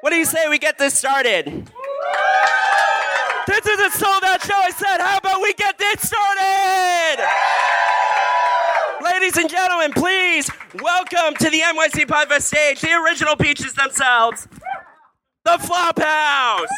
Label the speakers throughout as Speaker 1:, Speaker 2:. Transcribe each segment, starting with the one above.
Speaker 1: What do you say we get this started? This is a sold out show. I said, how about we get this started? Ladies and gentlemen, please welcome to the NYC Podfest stage the original peaches themselves, the Flop House.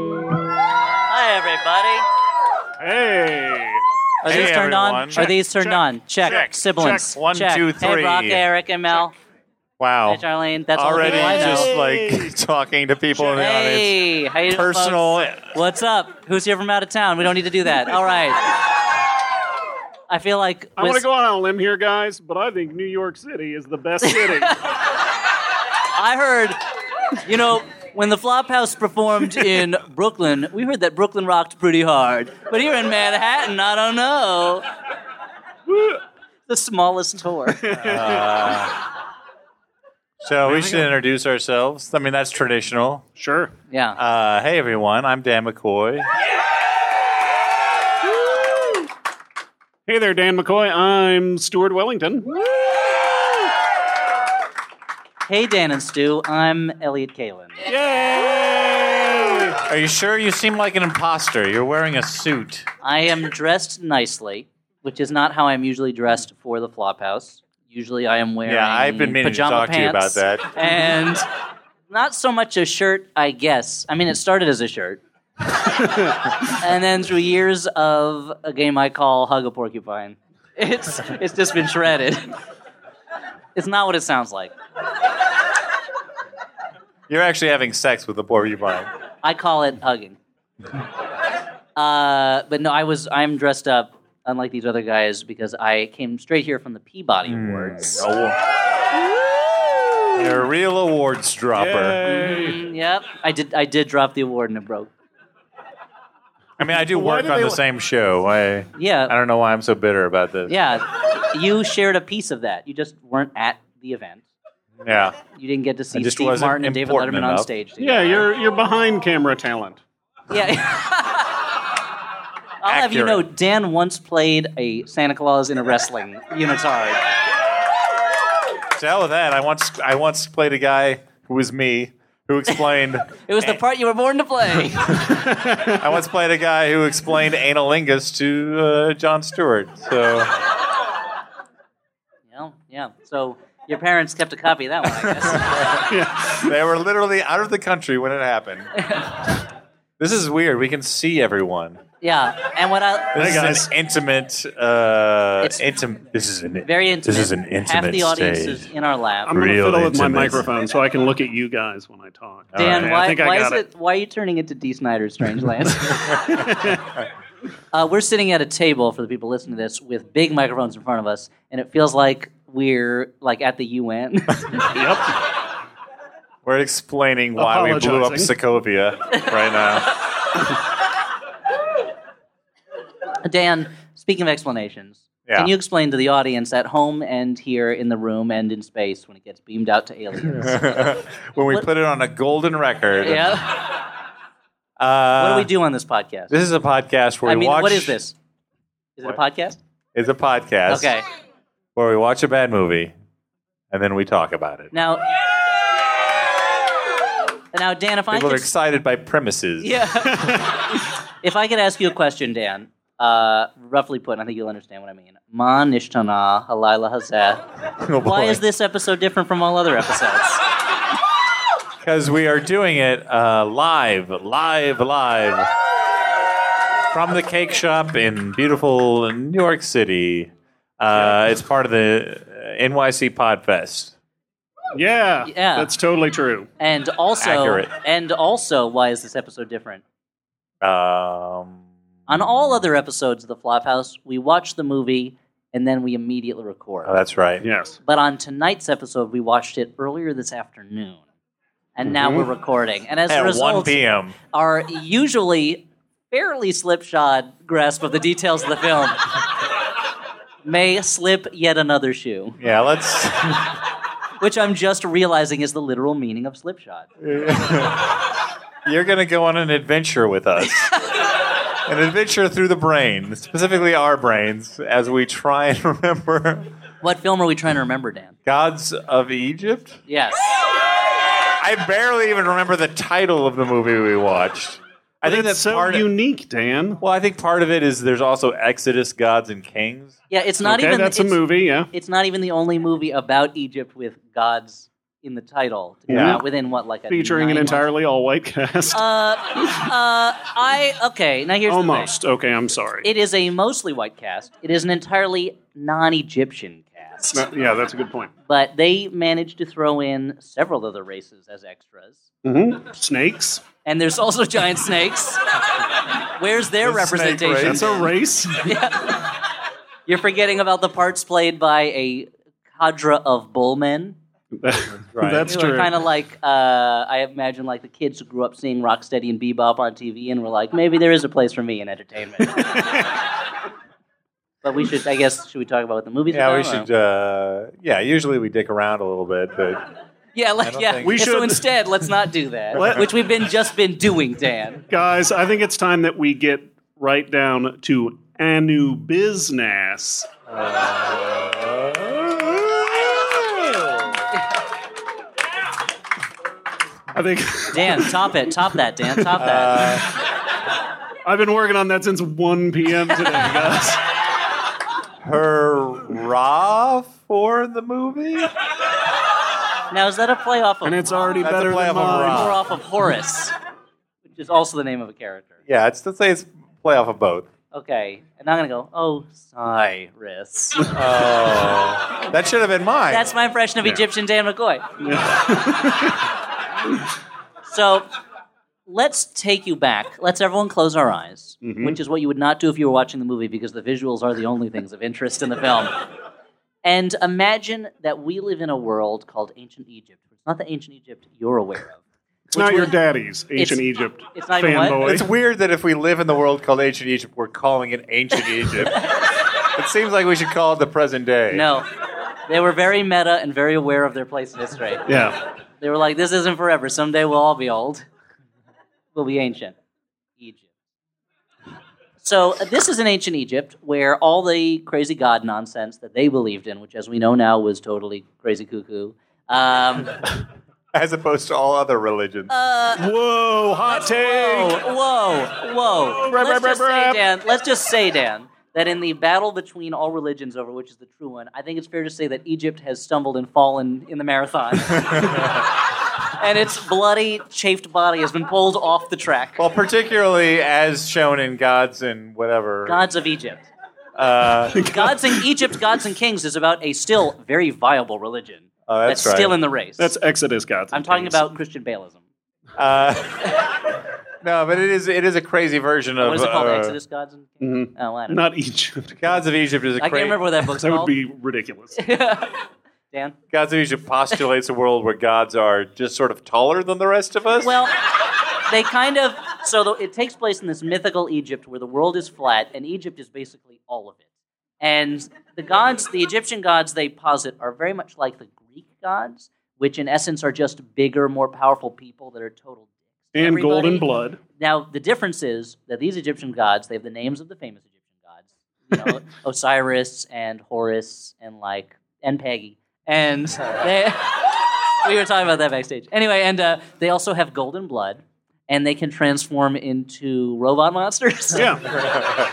Speaker 2: Hi, everybody.
Speaker 3: Hey.
Speaker 2: Are
Speaker 3: Hey,
Speaker 2: these turned on?
Speaker 3: everyone.
Speaker 2: Are these turned
Speaker 3: Check,
Speaker 2: on? Check.
Speaker 3: check,
Speaker 2: Siblings.
Speaker 3: check. One,
Speaker 2: check.
Speaker 3: two,
Speaker 2: Hey, Brock,
Speaker 3: three.
Speaker 2: Eric, and Mel.
Speaker 3: Wow.
Speaker 2: Hey, Charlene. That's
Speaker 3: Already
Speaker 2: all the people I know.
Speaker 3: just like talking to people in the audience.
Speaker 2: hey, how you doing,
Speaker 3: Personal.
Speaker 2: folks? What's up? Who's here from out of town? We don't need to do that. All right. I feel like
Speaker 4: I want to
Speaker 2: Wis-
Speaker 4: go out on a limb here, guys, but I think New York City is the best city.
Speaker 2: I heard, you know, when the Flophouse performed in Brooklyn, we heard that Brooklyn rocked pretty hard. But here in Manhattan, I don't know. The smallest tour.
Speaker 3: So we should introduce ourselves. I mean, that's traditional.
Speaker 4: sure.
Speaker 2: Yeah.
Speaker 3: Uh, hey, everyone. I'm Dan McCoy.
Speaker 4: Hey there, Dan McCoy. I'm Stuart Wellington.
Speaker 2: hey, Dan and Stu. I'm Elliot Kalin.
Speaker 4: Yay!
Speaker 3: Are you sure you seem like an imposter? You're wearing a suit.
Speaker 2: I am dressed nicely, which is not how I'm usually dressed for the Flophouse. Usually, I am wearing
Speaker 3: Yeah, I've been meaning to
Speaker 2: pajama
Speaker 3: talk to you
Speaker 2: pants
Speaker 3: about that.
Speaker 2: and not so much a shirt, I guess. I mean, it started as a shirt, and then through years of a game I call Hug a Porcupine, it's it's just been shredded. It's not what it sounds like.
Speaker 3: You're actually having sex with a porcupine.
Speaker 2: I call it hugging. Uh, but no, I was I'm dressed up unlike these other guys because I came straight here from the Peabody
Speaker 3: Hmm.
Speaker 2: Awards.
Speaker 3: Oh. You're a real awards dropper.
Speaker 2: Mm, yep, I did I did drop the award and it broke.
Speaker 3: I mean, I do
Speaker 4: Why
Speaker 3: work
Speaker 4: do
Speaker 3: on
Speaker 4: they-
Speaker 3: the same show. I,
Speaker 2: Yeah.
Speaker 3: I don't know why I'm so bitter about this.
Speaker 2: Yeah, you shared a piece of that. You just weren't at the event.
Speaker 3: Yeah.
Speaker 2: You didn't get to see
Speaker 3: just
Speaker 2: Steve
Speaker 3: wasn't
Speaker 2: Martin and David
Speaker 3: important
Speaker 2: Letterman on
Speaker 3: enough.
Speaker 2: stage. together.
Speaker 4: Yeah, you're you're behind camera talent.
Speaker 2: Yeah. I'll have you know,
Speaker 3: Accurate.
Speaker 2: Dan once played a Santa Claus in a wrestling unitard.
Speaker 3: To hell with that. I once I once played a guy who was me who explained.
Speaker 2: It was the part you were born to play.
Speaker 3: I once played a guy who explained analingus to uh, John Stewart. So
Speaker 2: Yeah, yeah. So your parents kept a copy of that one, I guess.
Speaker 3: they were literally out of the country when it happened. This is weird. We can see everyone.
Speaker 2: yeah, and what I
Speaker 3: This
Speaker 4: Hey,
Speaker 3: is
Speaker 4: guys.
Speaker 3: an intimate. Uh,
Speaker 2: It's
Speaker 3: intim- this is an
Speaker 2: very intimate.
Speaker 3: This is an intimate
Speaker 2: Half the audience
Speaker 3: stage.
Speaker 2: is in our lap.
Speaker 4: I'm gonna
Speaker 3: Real
Speaker 4: fiddle with my
Speaker 3: intimate.
Speaker 4: microphone so I can look at you guys when I talk.
Speaker 2: Dan,
Speaker 4: Okay, I
Speaker 2: why,
Speaker 4: think I
Speaker 2: why is
Speaker 4: got
Speaker 2: it. Why are you turning into D. Snyder, Strangeland? uh, we're sitting at a table for the people listening to this with big microphones in front of us, and it feels like we're like at the UN.
Speaker 4: Yep.
Speaker 3: We're explaining why we blew up
Speaker 4: Apologizing.
Speaker 3: Sokovia right now.
Speaker 2: Dan, speaking of explanations,
Speaker 3: Yeah.
Speaker 2: can you explain to the audience at home and here in the room and in space when it gets beamed out to aliens?
Speaker 3: when we put it on a golden record.
Speaker 2: yeah.
Speaker 3: Uh,
Speaker 2: What do we do on this podcast?
Speaker 3: This is a podcast where
Speaker 2: I
Speaker 3: we
Speaker 2: mean,
Speaker 3: watch.
Speaker 2: what is this? Is it a podcast?
Speaker 3: It's a podcast.
Speaker 2: Okay.
Speaker 3: where we watch a bad movie and then we talk about it.
Speaker 2: Now, now, Dan, if I
Speaker 3: People are
Speaker 2: could,
Speaker 3: excited by premises.
Speaker 2: yeah, if I could ask you a question, Dan, uh, roughly put, and I think you'll understand what I mean. Ma nishtana halila hazeh.
Speaker 3: Oh,
Speaker 2: Why
Speaker 3: boy.
Speaker 2: is this episode different from all other episodes?
Speaker 3: Because we are doing it uh, live, live, live from the cake shop in beautiful New York City. Uh, it's part of the uh, NYC Podfest.
Speaker 4: Yeah.
Speaker 2: Yeah.
Speaker 4: That's totally true.
Speaker 2: And also,
Speaker 3: Accurate.
Speaker 2: and also, why is this episode different?
Speaker 3: Um,
Speaker 2: On all other episodes of the Flophouse, we watch the movie and then we immediately record.
Speaker 3: oh, that's right.
Speaker 4: Yes.
Speaker 2: But on tonight's episode, we watched it earlier this
Speaker 4: Mm-hmm.
Speaker 2: afternoon, and now we're recording. And as a
Speaker 3: At 1
Speaker 2: result,
Speaker 3: p.m.
Speaker 2: our usually fairly slipshod grasp of the details of the film may slip yet another shoe,
Speaker 3: Yeah, let's.
Speaker 2: which I'm just realizing is the literal meaning of slipshod.
Speaker 3: You're going to go on an adventure with us. an adventure through the brain, specifically our brains, as we try and remember
Speaker 2: What film are we trying to remember, Dan?
Speaker 3: Gods of Egypt.
Speaker 2: Yes.
Speaker 3: I barely even remember the title of the movie we watched. I think that's
Speaker 4: so
Speaker 3: part of-
Speaker 4: unique, Dan.
Speaker 3: well, I think part of it is there's also Exodus, Gods and Kings.
Speaker 2: Yeah, it's not
Speaker 4: okay,
Speaker 2: even
Speaker 4: that's a
Speaker 2: it's-
Speaker 4: movie. Yeah,
Speaker 2: It's not even the only movie about Egypt with gods in the title. To come
Speaker 3: Yeah.
Speaker 2: out within what like a
Speaker 4: featuring an
Speaker 2: nine-
Speaker 4: entirely all-white cast.
Speaker 2: Uh, I okay. Now here's
Speaker 4: Almost.
Speaker 2: The
Speaker 4: Okay, I'm sorry.
Speaker 2: thing. It is a mostly white cast. It is an entirely non-Egyptian cast,
Speaker 4: No, yeah, that's a good point.
Speaker 2: but they managed to throw in several other races as extras.
Speaker 4: hmm Snakes.
Speaker 2: And there's also giant snakes. Where's their
Speaker 3: The snake
Speaker 2: representation?
Speaker 4: That's a race.
Speaker 2: You're forgetting about the parts played by a cadre of bullmen.
Speaker 3: Right.
Speaker 4: That's
Speaker 2: They were
Speaker 4: true.
Speaker 2: kind of like, uh, I imagine, like the kids who grew up seeing Rocksteady and Bebop on TV and were like, maybe there is a place for me in entertainment. but we should, I guess, should we talk about what the movie's
Speaker 3: Yeah, we
Speaker 2: about, or-
Speaker 3: should. Uh, yeah, usually we dick around a little bit, but
Speaker 2: Yeah,
Speaker 3: I
Speaker 2: like,
Speaker 3: don't
Speaker 2: yeah.
Speaker 3: think- We
Speaker 2: Yeah, So
Speaker 4: should-
Speaker 2: instead, let's not do that,
Speaker 4: Let-
Speaker 2: which we've been just been doing, Dan.
Speaker 4: Guys, I think it's time that we get right down to Anu business. I think
Speaker 2: Dan, top it, top that, Dan, top that.
Speaker 3: uh,
Speaker 4: I've been working on that since 1 p.m. today, guys.
Speaker 3: hurrah for the movie. Uh,
Speaker 2: now, is that a play off of?
Speaker 4: And it's already
Speaker 3: That's a
Speaker 4: better
Speaker 3: play
Speaker 4: than
Speaker 3: off of
Speaker 4: mine.
Speaker 3: rock.
Speaker 2: Or off of Horace, which is also the name of a character.
Speaker 3: Yeah, it's let's say it's playoff of both.
Speaker 2: Okay, and I'm gonna go. Oh, Cyrus.
Speaker 3: Oh, that should have been mine.
Speaker 2: That's my impression of Egyptian Dan McCoy. so, let's take you back. Let's everyone close our eyes, which is what you would not do if you were watching the movie because the visuals are the only things of interest in the film. And imagine that we live in a world called ancient Egypt. It's not the ancient Egypt you're aware of.
Speaker 4: It's not your
Speaker 2: was-
Speaker 4: daddy's ancient Egypt
Speaker 2: it's not even what?
Speaker 4: fanboy.
Speaker 3: it's weird that if we live in the world called ancient Egypt, we're calling it ancient Egypt. It seems like we should call it the present day.
Speaker 2: No. They were very meta and very aware of their place in history.
Speaker 4: yeah.
Speaker 2: They were like, this isn't forever. Someday we'll all be old. We'll be ancient. Egypt. So, uh, this is an ancient Egypt where all the crazy god nonsense that they believed in, which as we know now was totally crazy cuckoo, um,
Speaker 3: As opposed to all other religions.
Speaker 2: Uh,
Speaker 4: Whoa, hot take.
Speaker 2: whoa, whoa.
Speaker 4: Rap,
Speaker 2: Let's
Speaker 4: rap,
Speaker 2: just
Speaker 4: rap,
Speaker 2: say,
Speaker 4: rap.
Speaker 2: Dan, let's just say, Dan, that in the battle between all religions over which is the true one, I think it's fair to say that Egypt has stumbled and fallen in the marathon. and its bloody, chafed body has been pulled off the track.
Speaker 3: well, particularly as shown in Gods and whatever. Uh,
Speaker 2: Gods of Egypt. gods in Egypt, Gods and Kings is about a still very viable religion
Speaker 3: Oh, that's right.
Speaker 2: still in the race.
Speaker 4: That's Exodus gods.
Speaker 2: I'm talking about Christian Baalism.
Speaker 3: Uh, No, but it is it is a crazy version of
Speaker 2: What is it called?
Speaker 3: uh,
Speaker 2: Exodus, Gods and Kings? Oh, I don't know.
Speaker 4: not Egypt.
Speaker 3: Gods of Egypt is a
Speaker 2: I
Speaker 3: cra-
Speaker 2: can't remember what that book's
Speaker 4: That would
Speaker 2: called.
Speaker 4: be ridiculous.
Speaker 2: Dan?
Speaker 3: Gods of Egypt postulates a world where gods are just sort of taller than the rest of us.
Speaker 2: Well, they kind of. So the, it takes place in this mythical Egypt where the world is flat, and Egypt is basically all of it. And the gods, the Egyptian gods they posit, are very much like the Greek gods, which in essence are just bigger, more powerful people that are total dicks. to
Speaker 4: and golden
Speaker 2: everybody.
Speaker 4: blood.
Speaker 2: Now, the difference is that these Egyptian gods, they have the names of the famous Egyptian gods, you know, Osiris and Horus and like and Peggy, and they, we were talking about that backstage. Anyway, and uh, they also have golden blood, and they can transform into robot monsters,
Speaker 4: Yeah.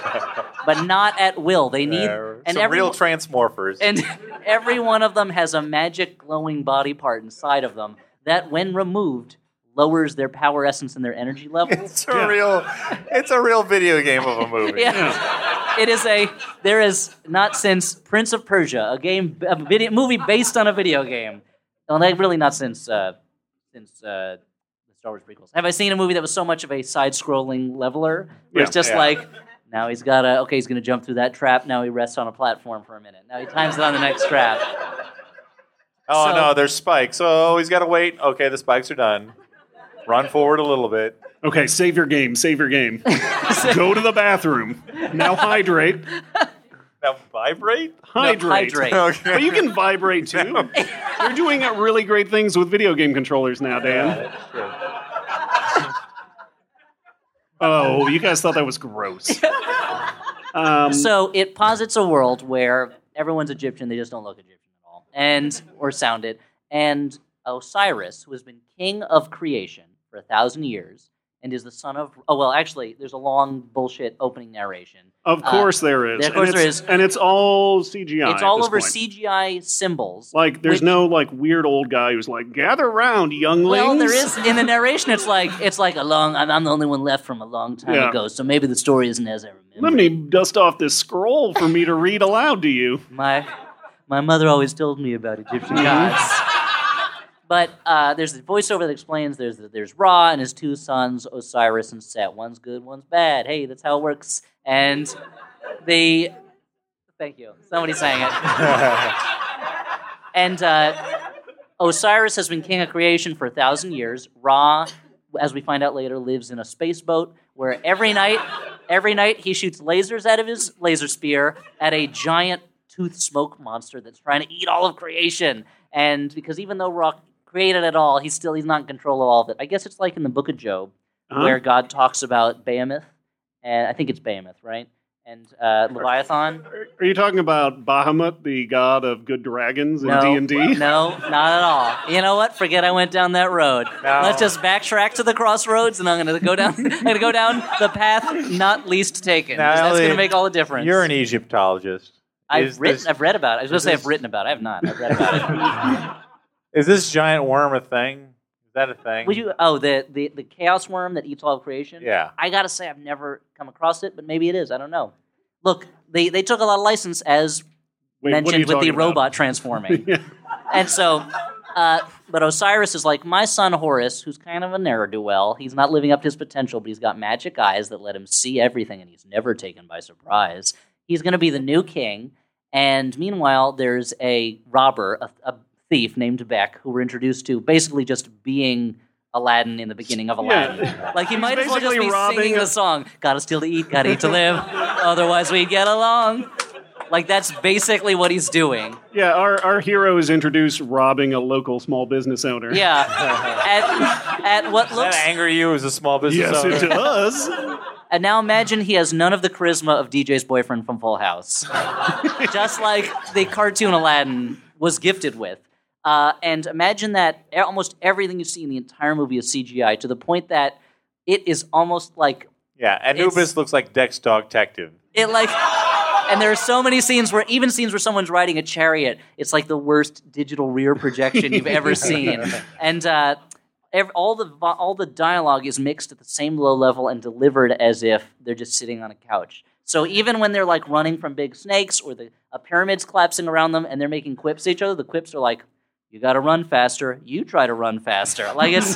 Speaker 2: but not at will. They need
Speaker 3: They're
Speaker 2: and
Speaker 3: Uh, some
Speaker 2: every
Speaker 3: real transmorphers.
Speaker 2: and every one of them has a magic glowing body part inside of them that, when removed, lowers their power essence and their energy levels.
Speaker 3: it's a real it's a real video game of a movie.
Speaker 2: Yeah. It is a there is not since Prince of Persia, a game a video movie based on a video game. Well, like, really not since uh, since uh, the Star Wars prequels. Have I seen a movie that was so much of a side-scrolling leveler where it's
Speaker 4: Yeah.
Speaker 2: just
Speaker 3: Yeah.
Speaker 2: like now he's got to okay, he's going to jump through that trap. Now he rests on a platform for a minute. Now he times it on the next trap.
Speaker 3: Oh
Speaker 2: So-
Speaker 3: no, there's spikes. Oh, he's got to wait. Okay, the spikes are done. Run forward a little bit.
Speaker 4: Okay, save your game. Save your game. Go to the bathroom. Now hydrate.
Speaker 3: Now vibrate.
Speaker 4: Hydrate.
Speaker 2: Hydrate.
Speaker 4: But you can vibrate too. You're doing uh, really great things with video game controllers now, Dan. Oh, you guys thought that was gross. Um,
Speaker 2: So it posits a world where everyone's Egyptian, they just don't look Egyptian at all, and or sound it. And Osiris, who has been king of creation for a thousand years, and is the son of oh well, actually, there's a long bullshit opening narration.
Speaker 4: of
Speaker 2: uh,
Speaker 4: course there is.
Speaker 2: of course
Speaker 4: and
Speaker 2: there
Speaker 4: it's-
Speaker 2: is.
Speaker 4: And it's all CGI.
Speaker 2: it's
Speaker 4: at
Speaker 2: all
Speaker 4: this
Speaker 2: over
Speaker 4: point.
Speaker 2: CGI symbols.
Speaker 4: Like,
Speaker 2: which-
Speaker 4: there's no like weird old guy who's like, gather round, younglings.
Speaker 2: Well, there is in the narration. It's like it's like a long. I'm, I'm the only one left from a long time
Speaker 4: Yeah.
Speaker 2: ago, so maybe the story isn't as I
Speaker 4: Let
Speaker 2: remember.
Speaker 4: me dust off this scroll for me to read aloud to you.
Speaker 2: My my mother always told me about Egyptian gods. But uh, there's the voiceover that explains there's there's Ra and his two sons Osiris and Set. One's good, one's bad. Hey, that's how it works. And they thank you. Somebody sang it. and uh, Osiris has been king of creation for a thousand years. Ra, as we find out later, lives in a spaceboat where every night, every night he shoots lasers out of his laser spear at a giant tooth smoke monster that's trying to eat all of creation. And because even though Ra created it all, he's still he's not in control of all of it. I guess it's like in the Book of Job,
Speaker 4: Huh?
Speaker 2: where God talks about Behemoth, and I think it's Behemoth, right? And uh, Leviathan.
Speaker 4: Are- Are you talking about Bahamut, the god of good dragons in
Speaker 2: No,
Speaker 4: D&D?
Speaker 2: no, not at all. You know what? Forget I went down that road.
Speaker 3: No.
Speaker 2: Let's just backtrack to the crossroads, and I'm gonna go down. I'm gonna go down the path not least taken. 'cause that's
Speaker 3: Natalie,
Speaker 2: gonna make all the difference.
Speaker 3: You're an Egyptologist.
Speaker 2: I've
Speaker 3: Is
Speaker 2: written.
Speaker 3: this-
Speaker 2: I've read about. it. I was gonna say
Speaker 3: this-
Speaker 2: I've written about. it. I have not. I've read about it.
Speaker 3: Is this giant worm a thing? Is that a thing?
Speaker 2: Would you? Oh, the, the the chaos worm that eats all of creation.
Speaker 3: Yeah.
Speaker 2: I gotta say I've never come across it, but maybe it is. I don't know. Look, they they took a lot of license as
Speaker 4: Wait, what are
Speaker 2: mentioned
Speaker 4: you
Speaker 2: with the
Speaker 4: talking about?
Speaker 2: robot transforming. And so, uh, but Osiris is like, my son Horus, who's kind of a ne'er do well, he's not living up to his potential, but he's got magic eyes that let him see everything, and he's never taken by surprise. He's going to be the new king. And meanwhile, there's a robber, a, a thief named Beck, who we're introduced to basically just being Aladdin in the beginning of Aladdin. Like, he might as well just
Speaker 4: basically
Speaker 2: be
Speaker 4: robbing
Speaker 2: singing
Speaker 4: a-
Speaker 2: the song Gotta steal to eat, gotta eat to live, otherwise we get along. Like, that's basically what he's doing.
Speaker 4: Yeah, our, our hero is introduced robbing a local small business owner.
Speaker 2: Yeah. at, at what
Speaker 3: Does
Speaker 2: looks.
Speaker 3: that anger you as a small business
Speaker 4: Yes,
Speaker 3: owner?
Speaker 4: it does.
Speaker 2: And now imagine he has none of the charisma of DJ's boyfriend from Full House. Just like the cartoon Aladdin was gifted with. Uh, and imagine that e- almost everything you see in the entire movie is CGI to the point that it is almost like.
Speaker 3: Yeah, Anubis
Speaker 2: It's-
Speaker 3: looks like Dex Dog Detective.
Speaker 2: It like. And there are so many scenes where, even scenes where someone's riding a chariot, it's like the worst digital rear projection you've ever seen. And uh, ev all the vo- all the dialogue is mixed at the same low level and delivered as if they're just sitting on a couch. So even when they're like running from big snakes or the a pyramid's collapsing around them and they're making quips to each other, the quips are like, "You got to run faster. You try to run faster." Like it's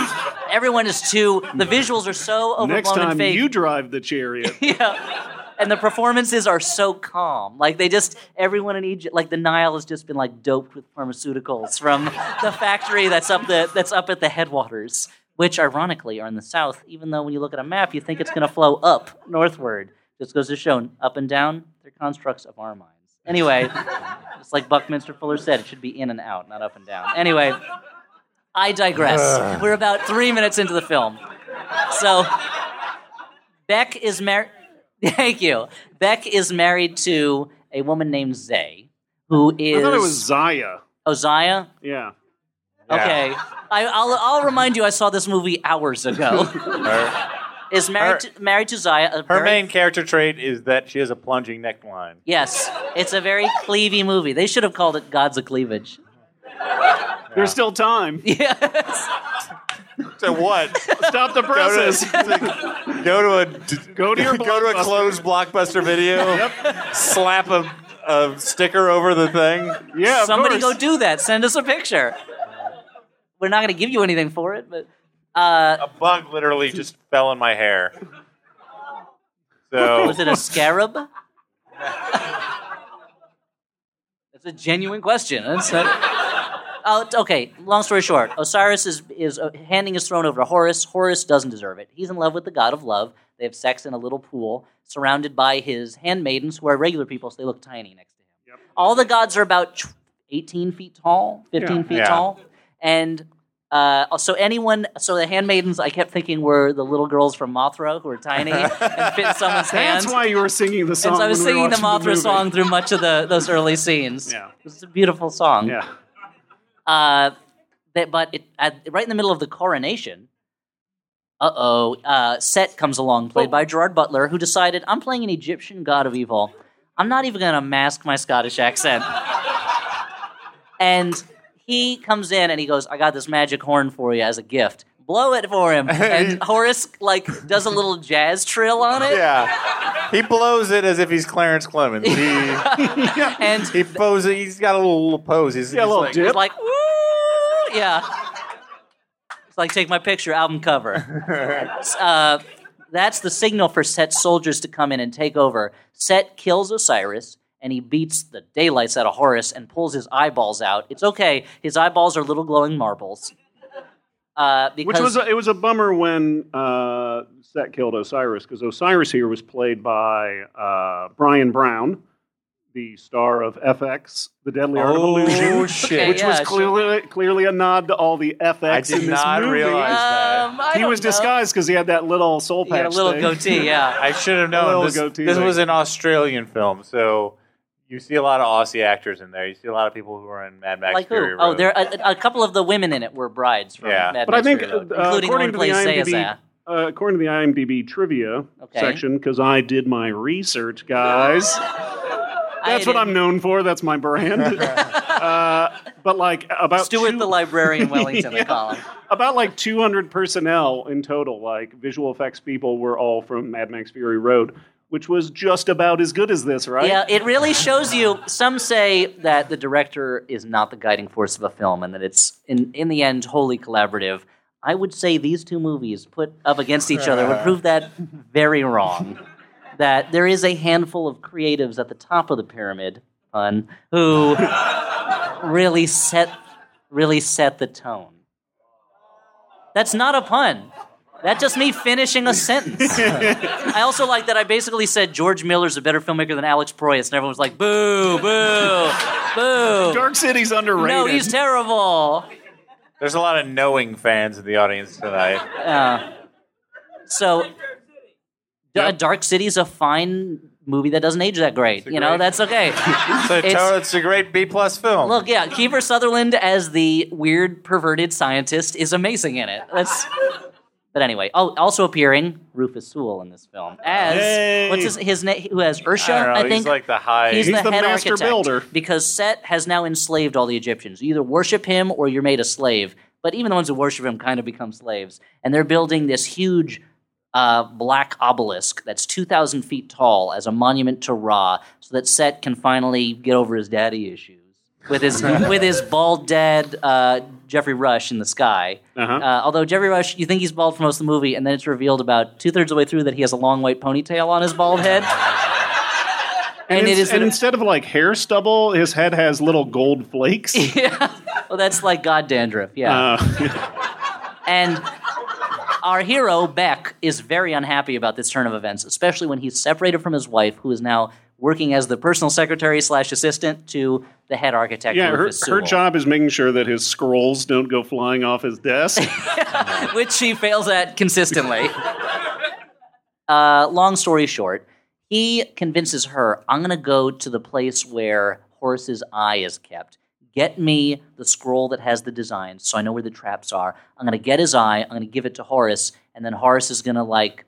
Speaker 2: everyone is too. The visuals are so overblown
Speaker 4: Next
Speaker 2: and
Speaker 4: time
Speaker 2: fake
Speaker 4: you drive the chariot.
Speaker 2: yeah. And the performances are so calm. Like they just everyone in Egypt, like the Nile has just been like doped with pharmaceuticals from the factory that's up the that's up at the headwaters, which ironically are in the south. Even though when you look at a map, you think it's going to flow up northward. Just goes to show, up and down, they're constructs of our minds. Anyway, just like Buckminster Fuller said, it should be in and out, not up and down. Anyway, I digress. We're about three minutes into the film, so. Beck is married. Thank you. Beck is married to a woman named Zay, who is
Speaker 4: I thought it was Zaya.
Speaker 2: Oziah.
Speaker 4: Yeah.
Speaker 2: Okay, I, I'll, I'll remind you. I saw this movie hours ago.
Speaker 3: Her,
Speaker 2: is married
Speaker 3: Her-
Speaker 2: to, married to Zaya. a
Speaker 3: her
Speaker 2: very-
Speaker 3: main character trait is that she has a plunging neckline.
Speaker 2: Yes, it's a very cleavy movie. They should have called it Gods of Cleavage.
Speaker 4: There's still time.
Speaker 2: Yes.
Speaker 3: So what?
Speaker 4: Stop the
Speaker 3: go,
Speaker 4: process.
Speaker 3: to, go to a
Speaker 4: Go to your
Speaker 3: go to a
Speaker 4: Blockbuster.
Speaker 3: closed blockbuster video. Slap a, a sticker over the thing.
Speaker 4: Yeah, of
Speaker 2: Somebody
Speaker 4: course.
Speaker 2: go do that. Send us a picture. We're not going to give you anything for it, but uh,
Speaker 3: A bug literally just fell in my hair. So
Speaker 2: Was it a scarab? That's a genuine question. That's not- oh, okay. Long story short, Osiris is is uh, handing his throne over to Horus. Horus doesn't deserve it. He's in love with the god of love. They have sex in a little pool, surrounded by his handmaidens, who are regular people, so they look tiny next to him. All the gods are about tw- eighteen feet tall, fifteen
Speaker 4: Yeah.
Speaker 2: feet
Speaker 3: Yeah.
Speaker 2: tall, and. Uh, so anyone, so the handmaidens, I kept thinking were the little girls from Mothra who are tiny and fit in someone's hands.
Speaker 4: That's why you were singing the song.
Speaker 2: And so I was
Speaker 4: when we
Speaker 2: singing
Speaker 4: were
Speaker 2: the
Speaker 4: watching
Speaker 2: Mothra
Speaker 4: movie.
Speaker 2: song through much of the those early scenes.
Speaker 4: Yeah.
Speaker 2: It was a beautiful song.
Speaker 4: Yeah.
Speaker 2: Uh, that, but it, at, right in the middle of the coronation, uh-oh, uh Set comes along,
Speaker 4: Oh.
Speaker 2: played by Gerard Butler, who decided, I'm playing an Egyptian god of evil. I'm not even going to mask my Scottish accent. and he comes in and he goes, I got this magic horn for you as a gift. Blow it for him. And Horace, like, does a little jazz trill on it.
Speaker 3: Yeah. He blows it as if he's Clarence Clemens. He,
Speaker 2: And
Speaker 3: he poses. He's got a little, little pose. He's,
Speaker 4: Yeah, a
Speaker 3: he's
Speaker 4: little
Speaker 3: like,
Speaker 4: dip.
Speaker 2: It's like, woo, yeah. It's like, take my picture, album cover. uh, that's the signal for Set's soldiers to come in and take over. Set kills Osiris, and he beats the daylights out of Horus and pulls his eyeballs out. It's okay. His eyeballs are little glowing marbles. Uh, because
Speaker 4: Which was a, it was a bummer when uh, Set killed Osiris because Osiris here was played by uh, Brian Brown, the star of FX, The Deadly Art of Illusion,
Speaker 3: Oh
Speaker 4: which
Speaker 2: Okay,
Speaker 3: shit!
Speaker 2: yeah,
Speaker 4: was
Speaker 2: sure.
Speaker 4: clearly clearly a nod to all the FX
Speaker 3: I
Speaker 4: in
Speaker 3: did
Speaker 4: this
Speaker 3: not
Speaker 4: movie.
Speaker 3: realize that.
Speaker 2: Um, I
Speaker 4: he
Speaker 2: don't
Speaker 4: was
Speaker 2: know.
Speaker 4: disguised because he had that little soul
Speaker 2: He
Speaker 4: patch.
Speaker 2: had a little
Speaker 4: thing.
Speaker 2: goatee, yeah.
Speaker 3: I should have
Speaker 4: little
Speaker 3: known. This,
Speaker 4: goatee
Speaker 3: this
Speaker 4: thing.
Speaker 3: was an Australian film, so you see a lot of Aussie actors in there. You see a lot of people who are in Mad Max
Speaker 2: Like
Speaker 3: Fury
Speaker 2: who?
Speaker 3: Road.
Speaker 2: Oh, there a, a couple of the women in it were brides from
Speaker 3: Yeah.
Speaker 2: Mad
Speaker 4: But I
Speaker 2: Max
Speaker 4: think,
Speaker 2: Fury Road,
Speaker 4: uh,
Speaker 2: including the one
Speaker 4: according
Speaker 2: who
Speaker 4: to the
Speaker 2: plays
Speaker 4: IMDb,
Speaker 2: Zayazah.
Speaker 4: uh, according to the IMDb trivia
Speaker 2: Okay.
Speaker 4: section, because I did my research, guys. That's what
Speaker 2: didn't-
Speaker 4: I'm known for. That's my brand. uh, but like about
Speaker 2: Stuart
Speaker 4: two-
Speaker 2: the librarian Wellington, they call him.
Speaker 4: about like 200 personnel in total, like visual effects people, were all from Mad Max Fury Road, which was just about as good as this, right?
Speaker 2: Yeah, it really shows you. Some say that the director is not the guiding force of a film, and that it's in in the end wholly collaborative. I would say these two movies put up against each other would prove that very wrong. That there is a handful of creatives at the top of the pyramid, pun, who really set really set the tone. That's not a pun. That just me finishing a sentence. I also like that I basically said George Miller's a better filmmaker than Alex Proyas, and everyone was like, boo, boo, boo.
Speaker 4: Dark City's underrated.
Speaker 2: No, he's terrible.
Speaker 3: There's a lot of knowing fans in the audience tonight.
Speaker 2: So, D- Dark City's a fine movie that doesn't age that great.
Speaker 3: a
Speaker 2: You know,
Speaker 3: great-
Speaker 2: that's okay.
Speaker 3: So
Speaker 2: It's-
Speaker 3: Tara, it's a great B plus film.
Speaker 2: Look, yeah, Kiefer Sutherland as the weird, perverted scientist is amazing in it. That's. But anyway, oh, also appearing Rufus Sewell in this film as
Speaker 4: Yay.
Speaker 2: what's his, his name? Who has Ursha?
Speaker 3: I don't know.
Speaker 2: I think
Speaker 3: he's like the high.
Speaker 2: He's, the,
Speaker 4: the
Speaker 2: head
Speaker 4: master
Speaker 2: architect
Speaker 4: builder.
Speaker 2: because Set has now enslaved all the Egyptians. You either worship him or you're made a slave. But even the ones who worship him kind of become slaves, and they're building this huge uh, black obelisk that's 2,000 feet tall as a monument to Ra, so that Set can finally get over his daddy issues with his
Speaker 4: Uh-huh.
Speaker 2: with his bald dad uh, Jeffrey Rush in the sky.
Speaker 4: Uh-huh.
Speaker 2: Uh, although Jeffrey Rush, you think he's bald for most of the movie, and then it's revealed about two thirds of the way through that he has a long white ponytail on his bald head.
Speaker 4: and,
Speaker 2: and it
Speaker 4: ins-
Speaker 2: is
Speaker 4: and
Speaker 2: an-
Speaker 4: instead of like hair stubble, his head has little gold flakes.
Speaker 2: yeah. Well, that's like God dandruff, yeah.
Speaker 4: Uh,
Speaker 2: and our hero, Beck, is very unhappy about this turn of events, especially when he's separated from his wife, who is now working as the personal secretary slash assistant to the head architect.
Speaker 4: yeah, her,
Speaker 2: Rufus
Speaker 4: her
Speaker 2: Sewell,
Speaker 4: job is making sure that his scrolls don't go flying off his desk.
Speaker 2: Which she fails at consistently. uh, long story short, he convinces her, I'm going to go to the place where Horace's eye is kept. Get me the scroll that has the designs so I know where the traps are. I'm going to get his eye. I'm going to give it to Horace. And then Horace is going to, like,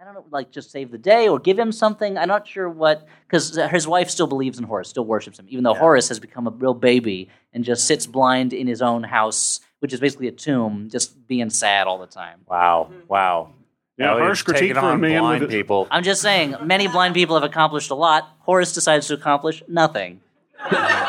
Speaker 2: I don't know, like just save the day or give him something. I'm not sure what, because his wife still believes in Horace, still worships him, even though Horace has become a real baby and just sits blind in his own house, which is basically a tomb, just being sad all the time.
Speaker 3: wow, wow.
Speaker 4: Yeah,
Speaker 3: Elliot's
Speaker 4: harsh critique
Speaker 3: taking
Speaker 4: for a
Speaker 3: on
Speaker 4: man
Speaker 3: blind
Speaker 4: with a-
Speaker 3: people.
Speaker 2: I'm just saying, many blind people have accomplished a lot. Horace decides to accomplish nothing.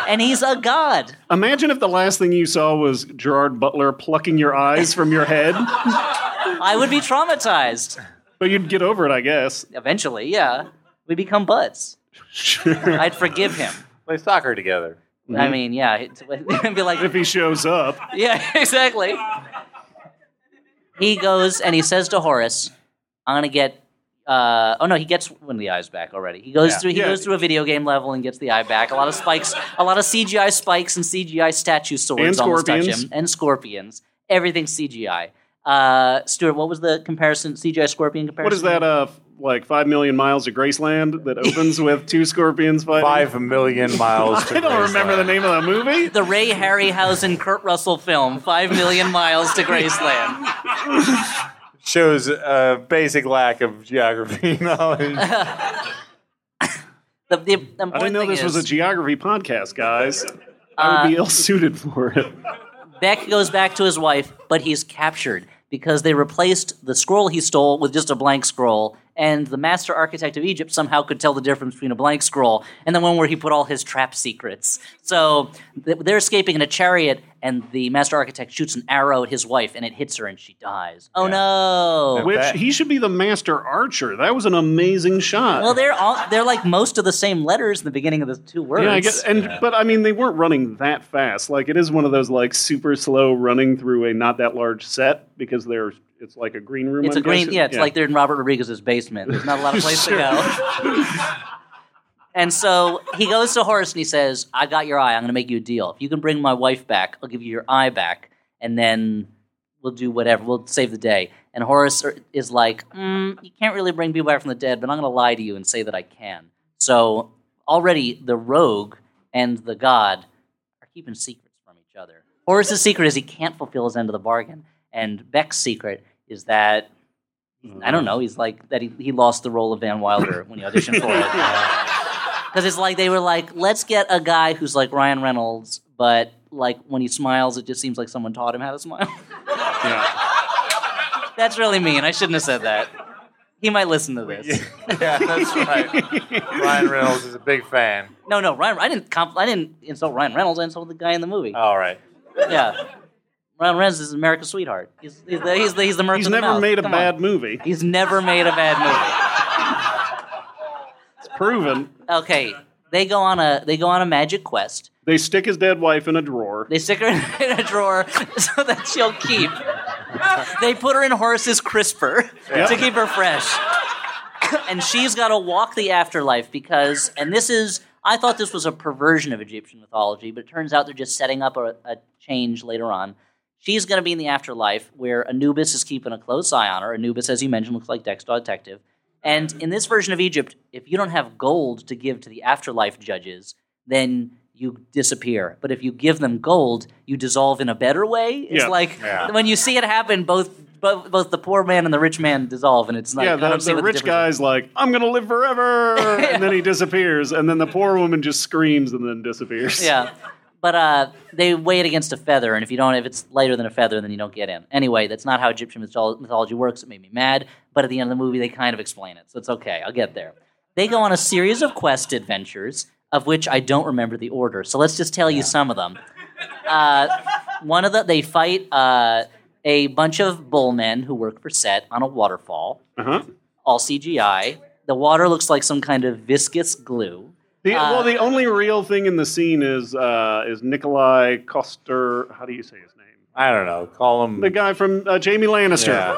Speaker 2: and he's a god.
Speaker 4: Imagine if the last thing you saw was Gerard Butler plucking your eyes from your head,
Speaker 2: I would be traumatized.
Speaker 4: but you'd get over it, I guess.
Speaker 2: Eventually, yeah. We become buds.
Speaker 4: Sure.
Speaker 2: I'd forgive him.
Speaker 3: Play soccer together.
Speaker 2: I mean, yeah, it, it'd be like,
Speaker 4: If he shows up,
Speaker 2: yeah, exactly. He goes and he says to Horace, "I'm gonna get." Uh, oh no, he gets one of the eyes back already. He goes
Speaker 3: Yeah.
Speaker 2: through. He
Speaker 4: Yeah.
Speaker 2: goes through a video game level and gets the eye back. A lot of spikes, a lot of CGI spikes and CGI statue swords
Speaker 4: And
Speaker 2: almost touch
Speaker 4: scorpions.
Speaker 2: him, and scorpions. Everything CGI. Uh, Stuart, what was the comparison? CGI scorpion comparison.
Speaker 4: what is that? Uh, f- like five million miles of Graceland that opens with two scorpions fighting.
Speaker 3: Five million miles. To
Speaker 4: I don't remember the
Speaker 3: Graceland.
Speaker 4: name of that movie.
Speaker 2: The Ray Harryhausen Kurt Russell film, Five Million Miles to Graceland.
Speaker 3: Shows a basic lack of geography knowledge.
Speaker 2: The, the important
Speaker 4: I didn't know
Speaker 2: thing
Speaker 4: this
Speaker 2: is, Uh,
Speaker 4: was a geography podcast, guys. I would be ill suited for it.
Speaker 2: Beck goes back to his wife, but he's captured because they replaced the scroll he stole with just a blank scroll, and the master architect of Egypt somehow could tell the difference between a blank scroll and the one where he put all his trap secrets. So th- they're escaping in a chariot, and the master architect shoots an arrow at his wife, and it hits her, and she dies. Oh no!
Speaker 4: Which
Speaker 3: bet.
Speaker 4: he should be the master archer. That was an amazing shot.
Speaker 2: Well, they're all they're like most of the same letters in the beginning of the two words.
Speaker 4: yeah, I guess, and but I mean, they weren't running that fast. Like it is one of those like super slow running through a not that large set because there's it's like a green room.
Speaker 2: It's
Speaker 4: I'm
Speaker 2: a green.
Speaker 4: guessing.
Speaker 2: Yeah, it's like they're in Robert Rodriguez's basement. There's not a lot of place to go. and so he goes to Horace and he says, "I got your eye. I'm going to make you a deal. If you can bring my wife back, I'll give you your eye back, and then we'll do whatever. We'll save the day." And Horace are- is like, mm, "You can't really bring people back from the dead, but I'm going to lie to you and say that I can." So already the rogue and the god are keeping secrets from each other. Horace's secret is he can't fulfill his end of the bargain, and Beck's secret is that I don't know. He's like that. He, he lost the role of Van Wilder when he auditioned for it because it's like they were like, let's get a guy who's like Ryan Reynolds, but like when he smiles, it just seems like someone taught him how to smile. That's really mean. I shouldn't have said that. He might listen to this.
Speaker 3: yeah, that's right. Ryan Reynolds is a big fan.
Speaker 2: No, no, Ryan. I didn't. Comp- I didn't insult Ryan Reynolds. I insulted the guy in the movie.
Speaker 4: Oh.
Speaker 3: All right.
Speaker 2: Yeah. Ryan Reynolds is America's sweetheart. He's, he's the he's the he's the Merc
Speaker 4: he's
Speaker 2: in the
Speaker 4: never
Speaker 2: mouth.
Speaker 4: made a
Speaker 2: Come on.
Speaker 4: bad movie.
Speaker 2: He's never made a bad movie.
Speaker 4: It's proven.
Speaker 2: Okay, they go on a they go on a magic quest.
Speaker 4: They stick his dead wife in a drawer.
Speaker 2: They stick her in a drawer so that she'll keep. They put her in Horace's crisper to keep her fresh. and she's got to walk the afterlife because, and this is, I thought this was a perversion of Egyptian mythology, but it turns out they're just setting up a, a change later on. She's going to be in the afterlife where Anubis is keeping a close eye on her. Anubis, as you mentioned, looks like Dexter Detective. And in this version of Egypt, if you don't have gold to give to the afterlife judges, then you disappear. But if you give them gold, you dissolve in a better way. It's
Speaker 4: Yeah.
Speaker 2: like
Speaker 3: Yeah.
Speaker 2: when you see it happen, both. Both, both the poor man and the rich man dissolve, and it's like
Speaker 4: yeah,
Speaker 2: I
Speaker 4: the,
Speaker 2: don't see
Speaker 4: the
Speaker 2: what
Speaker 4: rich
Speaker 2: difference is.
Speaker 4: guy's like, I'm going to live forever. And then he disappears. And then the poor woman just screams and then disappears.
Speaker 2: yeah. But uh, they weigh it against a feather, and if you don't, if it's lighter than a feather, then you don't get in. Anyway, that's not how Egyptian mythol- mythology works. It made me mad, but at the end of the movie, they kind of explain it, so it's okay. I'll get there. They go on a series of quest adventures, of which I don't remember the order. So let's just tell you some of them. Uh, one of the they fight uh, a bunch of bullmen who work for Set on a waterfall,
Speaker 4: Uh-huh.
Speaker 2: all CGI. The water looks like some kind of viscous glue.
Speaker 4: The,
Speaker 2: uh,
Speaker 4: well, the only real thing in the scene is uh, is Nikolai Coster. How do you say his name?
Speaker 3: I don't know. Call him.
Speaker 4: The guy from uh, Jamie Lannister.
Speaker 3: Yeah.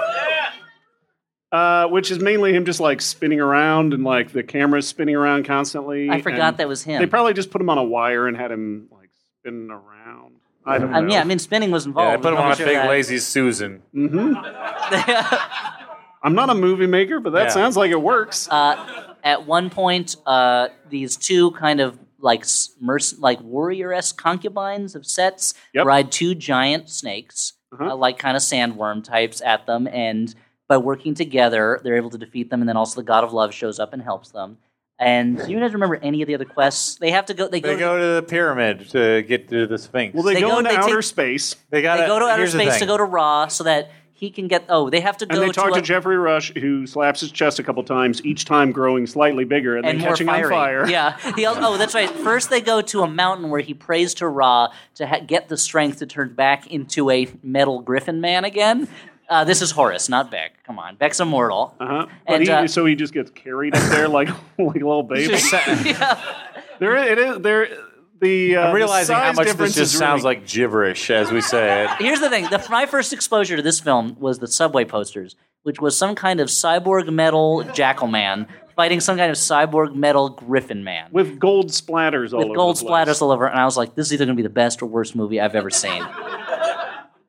Speaker 4: uh, which is mainly him just like spinning around and like the camera's spinning around constantly.
Speaker 2: I forgot
Speaker 4: and
Speaker 2: that was him.
Speaker 4: They probably just put him on a wire and had him like spin around. I don't know.
Speaker 2: Um, yeah, I mean, spinning was
Speaker 3: Yeah,
Speaker 2: involved.
Speaker 3: I put him
Speaker 2: I'm
Speaker 3: on a
Speaker 2: sure
Speaker 3: big
Speaker 2: that-
Speaker 3: lazy Susan.
Speaker 4: I'm not a movie maker, but that
Speaker 3: Yeah.
Speaker 4: sounds like it works.
Speaker 2: At one point, uh, these two kind of like s- merc- like warrior esque concubines of sets
Speaker 4: Yep.
Speaker 2: ride two giant snakes,
Speaker 3: Mm-hmm.
Speaker 2: uh like kind of sandworm types, at them, and by working together, they're able to defeat them. And then also the god of love shows up and helps them. And do you guys remember any of the other quests? They have to go. They go.
Speaker 3: They
Speaker 2: to-
Speaker 3: go to the pyramid to get to the Sphinx.
Speaker 4: well, they,
Speaker 2: they
Speaker 4: go,
Speaker 2: go-
Speaker 4: into
Speaker 2: they take-
Speaker 4: outer space
Speaker 3: gotta,
Speaker 2: they go to outer
Speaker 3: here's the
Speaker 2: space
Speaker 3: thing.
Speaker 2: to go to Ra so that he can get. Oh, they have to
Speaker 4: and
Speaker 2: go
Speaker 4: they talk
Speaker 2: to,
Speaker 4: to,
Speaker 2: a-
Speaker 4: Jeffrey Rush, who slaps his chest a couple times, each time growing slightly bigger and,
Speaker 2: and
Speaker 4: then
Speaker 2: more
Speaker 4: catching
Speaker 2: fiery.
Speaker 4: on fire.
Speaker 2: Yeah. He al- oh, that's right. First, they go to a mountain where he prays to Ra to ha- get the strength to turn back into a metal griffin man again. Uh, this is Horus, not Beck. Come on, Beck's immortal.
Speaker 4: Uh-huh. But
Speaker 2: And,
Speaker 4: he,
Speaker 2: uh,
Speaker 4: so he just gets carried up there like like a little baby.
Speaker 3: Just sa-
Speaker 4: There, it is there. the uh,
Speaker 3: I'm realizing
Speaker 5: size
Speaker 3: how much
Speaker 5: difference
Speaker 3: this just
Speaker 5: is
Speaker 3: sounds
Speaker 5: really-
Speaker 3: like gibberish as we say it.
Speaker 2: Here's the thing: the, my first exposure to this film was the subway posters, which was some kind of cyborg metal jackal man fighting some kind of cyborg metal griffin man with,
Speaker 4: with gold splatters all over
Speaker 2: gold
Speaker 4: the place.
Speaker 2: splatters all over. And I was like, "This is either going to be the best or worst movie I've ever seen."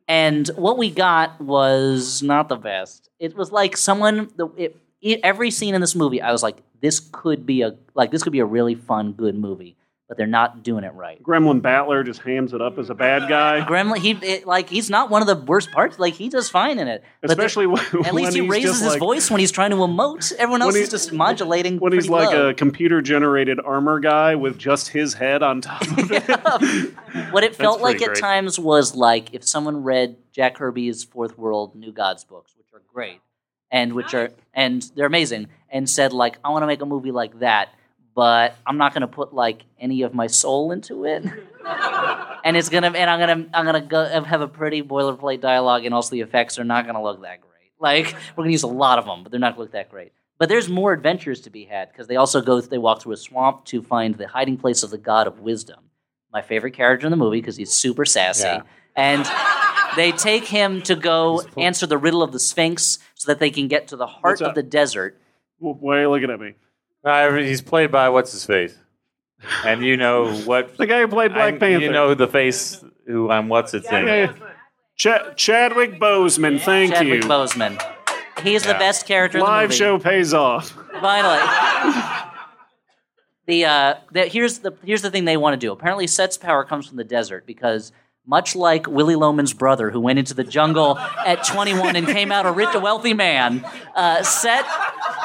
Speaker 2: and what we got was not the best. It was like someone. the- It, it, every scene in this movie, I was like, "This could be a like this could be a really fun, good movie," but they're not doing it right.
Speaker 4: Gremlin Battler just hams it up as a bad guy,
Speaker 2: Gremlin, he it, like he's not one of the worst parts. Like he does fine in it. But the-
Speaker 4: especially when,
Speaker 2: at
Speaker 4: when
Speaker 2: least he
Speaker 4: he's
Speaker 2: raises
Speaker 4: just
Speaker 2: his
Speaker 4: like-
Speaker 2: voice when he's trying to emote. Everyone else
Speaker 4: he-
Speaker 2: is just modulating.
Speaker 4: When he's
Speaker 2: pretty
Speaker 4: like
Speaker 2: low.
Speaker 4: a computer-generated armor guy with just his head on top of it.
Speaker 2: what it felt like
Speaker 4: pretty
Speaker 2: at
Speaker 4: great.
Speaker 2: times was like if someone read Jack Kirby's Fourth World New Gods books, which are great and which are and they're amazing, and said like I want to make a movie like that, but I'm not going to put like any of my soul into it. and it's gonna and I'm gonna I'm gonna go, have a pretty boilerplate dialogue, and also the effects are not gonna look that great. Like we're gonna use a lot of them, but they're not gonna look that great. But there's more adventures to be had because they also go they walk through a swamp to find the hiding place of the god of wisdom, my favorite character in the movie because he's super sassy
Speaker 3: Yeah.
Speaker 2: and. They take him to go answer the riddle of the Sphinx so that they can get to the heart
Speaker 4: What's
Speaker 2: of
Speaker 4: up?
Speaker 2: the desert.
Speaker 4: Why are you looking at me?
Speaker 3: Uh, he's played by what's his face, and you know what?
Speaker 4: The guy who played Black
Speaker 3: I'm-
Speaker 4: Panther.
Speaker 3: You know the face who I'm. What's its name?
Speaker 4: Yeah. Ch- Chadwick Boseman, thank
Speaker 2: Chadwick
Speaker 4: you.
Speaker 2: Boseman. He's the
Speaker 3: Yeah.
Speaker 2: best character in the
Speaker 4: Live
Speaker 2: movie.
Speaker 4: show pays off.
Speaker 2: Finally. the, uh, the here's the here's the thing they want to do. Apparently, Set's power comes from the desert because much like Willy Loman's brother, who went into the jungle at 21 and came out a rich, a wealthy man, uh, Set.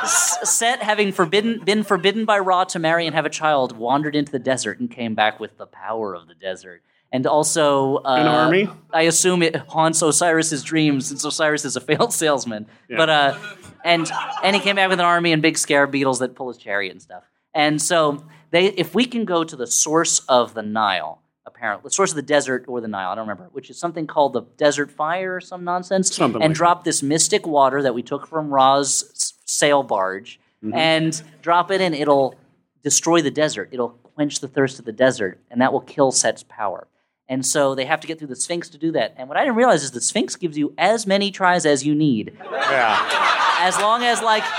Speaker 2: S- Set, having forbidden, been forbidden by Ra to marry and have a child, wandered into the desert and came back with the power of the desert, and also uh,
Speaker 4: An army?
Speaker 2: I assume it haunts Osiris's dreams since Osiris is a failed salesman. But uh, and and he came back with an army and big scare beetles that pull his chariot and stuff. And so they, if we can go to the source of the Nile, apparently the source of the desert or the Nile, I don't remember, which is something called the desert fire or some nonsense,
Speaker 4: Something
Speaker 2: and
Speaker 4: like
Speaker 2: drop this mystic water that we took from Ra's s- sail barge,
Speaker 4: Mm-hmm.
Speaker 2: and drop it in, it'll destroy the desert. It'll quench the thirst of the desert, and that will kill Set's power. And so they have to get through the Sphinx to do that. And what I didn't realize is the Sphinx gives you as many tries as you need,
Speaker 3: Yeah.
Speaker 2: as long as like he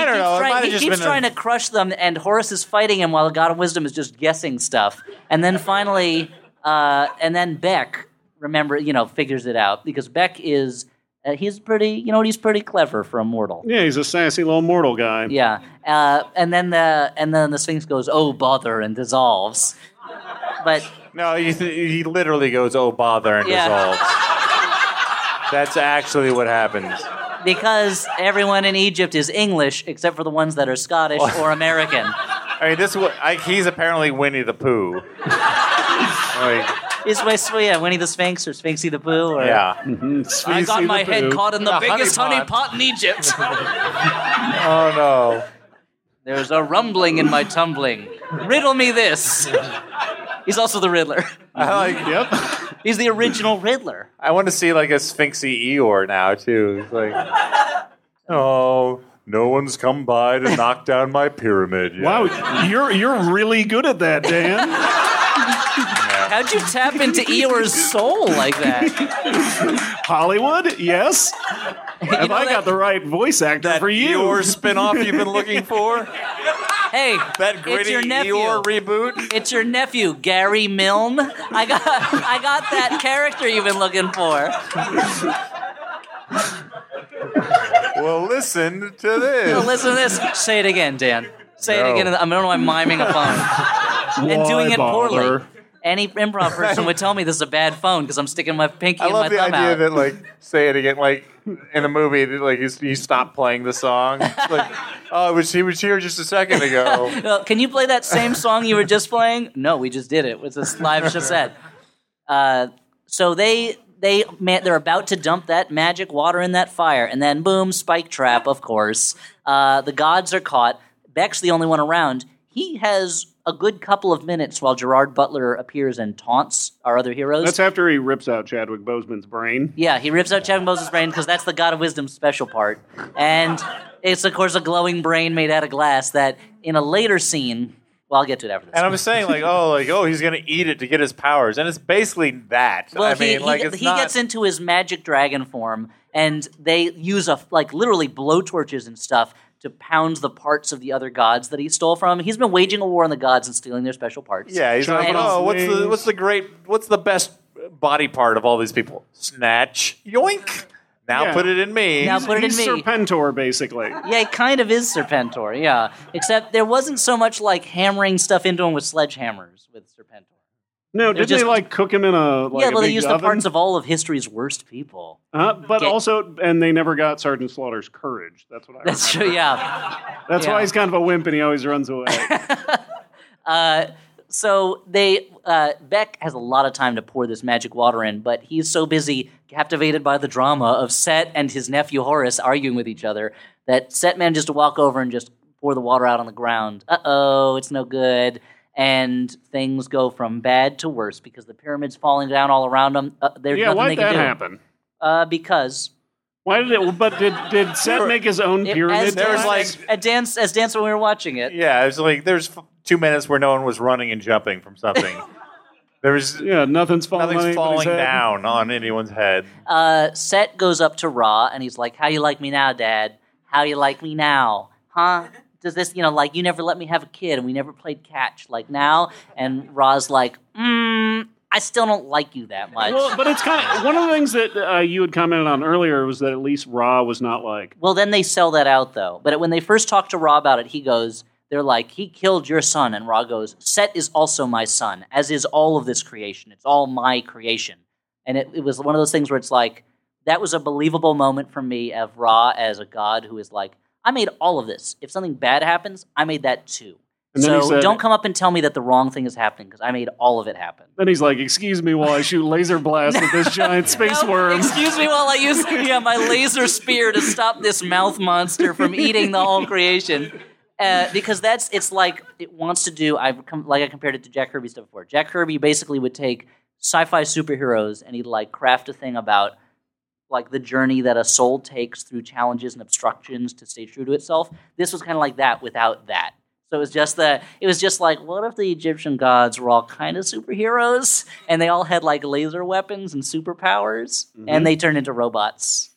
Speaker 3: I don't
Speaker 2: keeps,
Speaker 3: know, it might
Speaker 2: trying,
Speaker 3: have
Speaker 2: he
Speaker 3: just
Speaker 2: keeps
Speaker 3: been a-
Speaker 2: trying to crush them, and Horus is fighting him while the God of Wisdom is just guessing stuff. And then finally, uh, and then Beck, remember, you know, figures it out because Beck is uh, he's pretty, you know, he's pretty clever for a mortal.
Speaker 4: Yeah, he's a sassy little mortal guy.
Speaker 2: Yeah, uh, and then the and then the Sphinx goes, oh bother, and dissolves. But
Speaker 3: No, you th- he literally goes, "Oh bother," and
Speaker 2: Yeah.
Speaker 3: dissolves. That's actually what happens.
Speaker 2: because everyone in Egypt is English except for the ones that are Scottish or American.
Speaker 3: I mean, this. wa- I, he's apparently Winnie the Pooh. like,
Speaker 2: Is my yeah, Winnie the Sphinx or Sphinxy the Pooh? Or,
Speaker 3: yeah.
Speaker 2: I got my head caught in the,
Speaker 3: The honey
Speaker 2: biggest honey
Speaker 3: pot.
Speaker 2: pot in Egypt.
Speaker 3: Oh no.
Speaker 2: There's a rumbling in my tumbling. Riddle me this. He's also the Riddler.
Speaker 3: I like.
Speaker 4: Yep.
Speaker 2: He's the original Riddler.
Speaker 3: I want to see like a Sphinxy Eeyore now too. It's like, oh, no one's come by to knock down my pyramid. Yet.
Speaker 4: Wow, you're you're really good at that, Dan.
Speaker 2: How'd you tap into Eeyore's soul like that?
Speaker 4: Hollywood, yes. Have
Speaker 2: know
Speaker 4: I
Speaker 2: that-
Speaker 4: got the right voice actor
Speaker 3: That
Speaker 4: for you?
Speaker 3: Eeyore spinoff you've been looking for?
Speaker 2: Hey,
Speaker 3: That
Speaker 2: it's
Speaker 3: gritty
Speaker 2: your nephew.
Speaker 3: Eeyore reboot?
Speaker 2: It's your nephew, Gary Milne. I got, I got that character you've been looking for.
Speaker 3: Well, listen to
Speaker 2: But
Speaker 3: this.
Speaker 2: listen to this. Say it again, Dan. Say it
Speaker 3: No.
Speaker 2: again. I don't know why I'm miming a phone. and doing
Speaker 4: Why
Speaker 2: it poorly.
Speaker 4: bother?
Speaker 2: Any improv person would tell me this is a bad phone because I'm sticking my pinky
Speaker 3: I
Speaker 2: and my
Speaker 3: love the
Speaker 2: thumb
Speaker 3: idea
Speaker 2: out.
Speaker 3: that like say it again like in a movie that like you, you stop playing the song like oh it was he was here just a second ago
Speaker 2: Well, can you play that same song you were just playing? No, we just did it. It's a live chazette. Uh, so they they man, they're about to dump that magic water in that fire, and then boom, spike trap. Of course, uh, the gods are caught. Beck's the only one around. He has a good couple of minutes while Gerard Butler appears and taunts our other heroes.
Speaker 4: That's after he rips out Chadwick Boseman's brain.
Speaker 2: Yeah, he rips out Chadwick Boseman's brain because that's the God of Wisdom special part, and it's of course a glowing brain made out of glass that in a later scene Well, I'll get to it after this.
Speaker 3: And I'm saying like, oh, like oh, he's gonna eat it to get his powers, and it's basically that.
Speaker 2: well,
Speaker 3: I
Speaker 2: he, he,
Speaker 3: mean, like it's
Speaker 2: he
Speaker 3: not.
Speaker 2: gets into his magic dragon form, and they use a like literally blowtorches and stuff to pound the parts of the other gods that he stole from. He's been waging a war on the gods and stealing their special parts.
Speaker 3: yeah, he's like,
Speaker 2: Trying to-
Speaker 3: oh, what's the
Speaker 4: wings.
Speaker 3: what's the great what's the best body part of all these people? Snatch, yoink. Now
Speaker 4: Yeah.
Speaker 3: put it in me.
Speaker 2: Now put it in
Speaker 4: He's
Speaker 2: me.
Speaker 4: Serpentor, basically.
Speaker 2: Yeah, it kind of is Serpentor, yeah. Except there wasn't so much like hammering stuff into him with sledgehammers with Serpentor.
Speaker 4: No, didn't
Speaker 2: just-
Speaker 4: they like cook him in a like
Speaker 2: yeah,
Speaker 4: a
Speaker 2: well, they
Speaker 4: big
Speaker 2: used
Speaker 4: oven?
Speaker 2: the parts of all of history's worst people.
Speaker 4: Uh, but
Speaker 2: Get-
Speaker 4: also, and they never got Sergeant Slaughter's courage. That's what I. That's,
Speaker 2: That's true, yeah.
Speaker 4: That's
Speaker 2: yeah.
Speaker 4: why he's kind of a wimp and he always runs away.
Speaker 2: so they uh, Beck has a lot of time to pour this magic water in, but he's so busy captivated by the drama of Set and his nephew Horace arguing with each other that Set manages to walk over and just pour the water out on the ground. Uh oh, it's no good. And things go from bad to worse because the pyramid's falling down all around them. Uh, there's
Speaker 4: yeah,
Speaker 2: nothing
Speaker 4: why
Speaker 2: they
Speaker 4: did
Speaker 2: can
Speaker 4: that
Speaker 2: do.
Speaker 4: happen?
Speaker 2: Uh, because
Speaker 4: Why did it? But did did Seth make his own
Speaker 2: it-
Speaker 4: pyramid?
Speaker 2: as,
Speaker 3: There was
Speaker 2: Dan-
Speaker 3: like-
Speaker 2: as dance as dance when we were watching it.
Speaker 3: Yeah, it's like there's f- two minutes where no one was running and jumping from something. there's
Speaker 4: yeah, nothing's falling. on
Speaker 3: nothing's
Speaker 4: anybody's
Speaker 3: falling
Speaker 4: head.
Speaker 3: down on anyone's head.
Speaker 2: uh, Set goes up to Ra and he's like, "How you like me now, Dad? How you like me now? Huh? Does this, you know, like you never let me have a kid and we never played catch like now?" And Ra's like, "Mm, I still don't like you that much."
Speaker 4: Well, but it's kind of one of the things that uh, you had commented on earlier was that at least Ra was not like
Speaker 2: Well, then they sell that out though. But when they first talk to Ra about it, he goes, "They're like, he killed your son," and Ra goes, "Set is also my son, as is all of this creation. It's all my creation." And it, it was one of those things where it's like that was a believable moment for me of Ra as a god who is like, "I made all of this. If something bad happens, I made that too."
Speaker 4: And then he
Speaker 2: so
Speaker 4: said-
Speaker 2: don't come up and tell me that the wrong thing is happening because I made all of it happen.
Speaker 4: Then he's like, "Excuse me while I shoot laser blasts at this giant space worm."
Speaker 2: Excuse me while I use yeah, my laser spear to stop this mouth monster from eating the whole creation. Uh, because that's it's like it wants to do. I com- like I compared it to Jack Kirby stuff before. Jack Kirby basically would take sci-fi superheroes and he'd like craft a thing about like the journey that a soul takes through challenges and obstructions to stay true to itself. This was kind of like that without that. So it was just the it was just like what if the Egyptian gods were all kind of superheroes and they all had like laser weapons and superpowers
Speaker 4: Mm-hmm.
Speaker 2: and they turned into robots.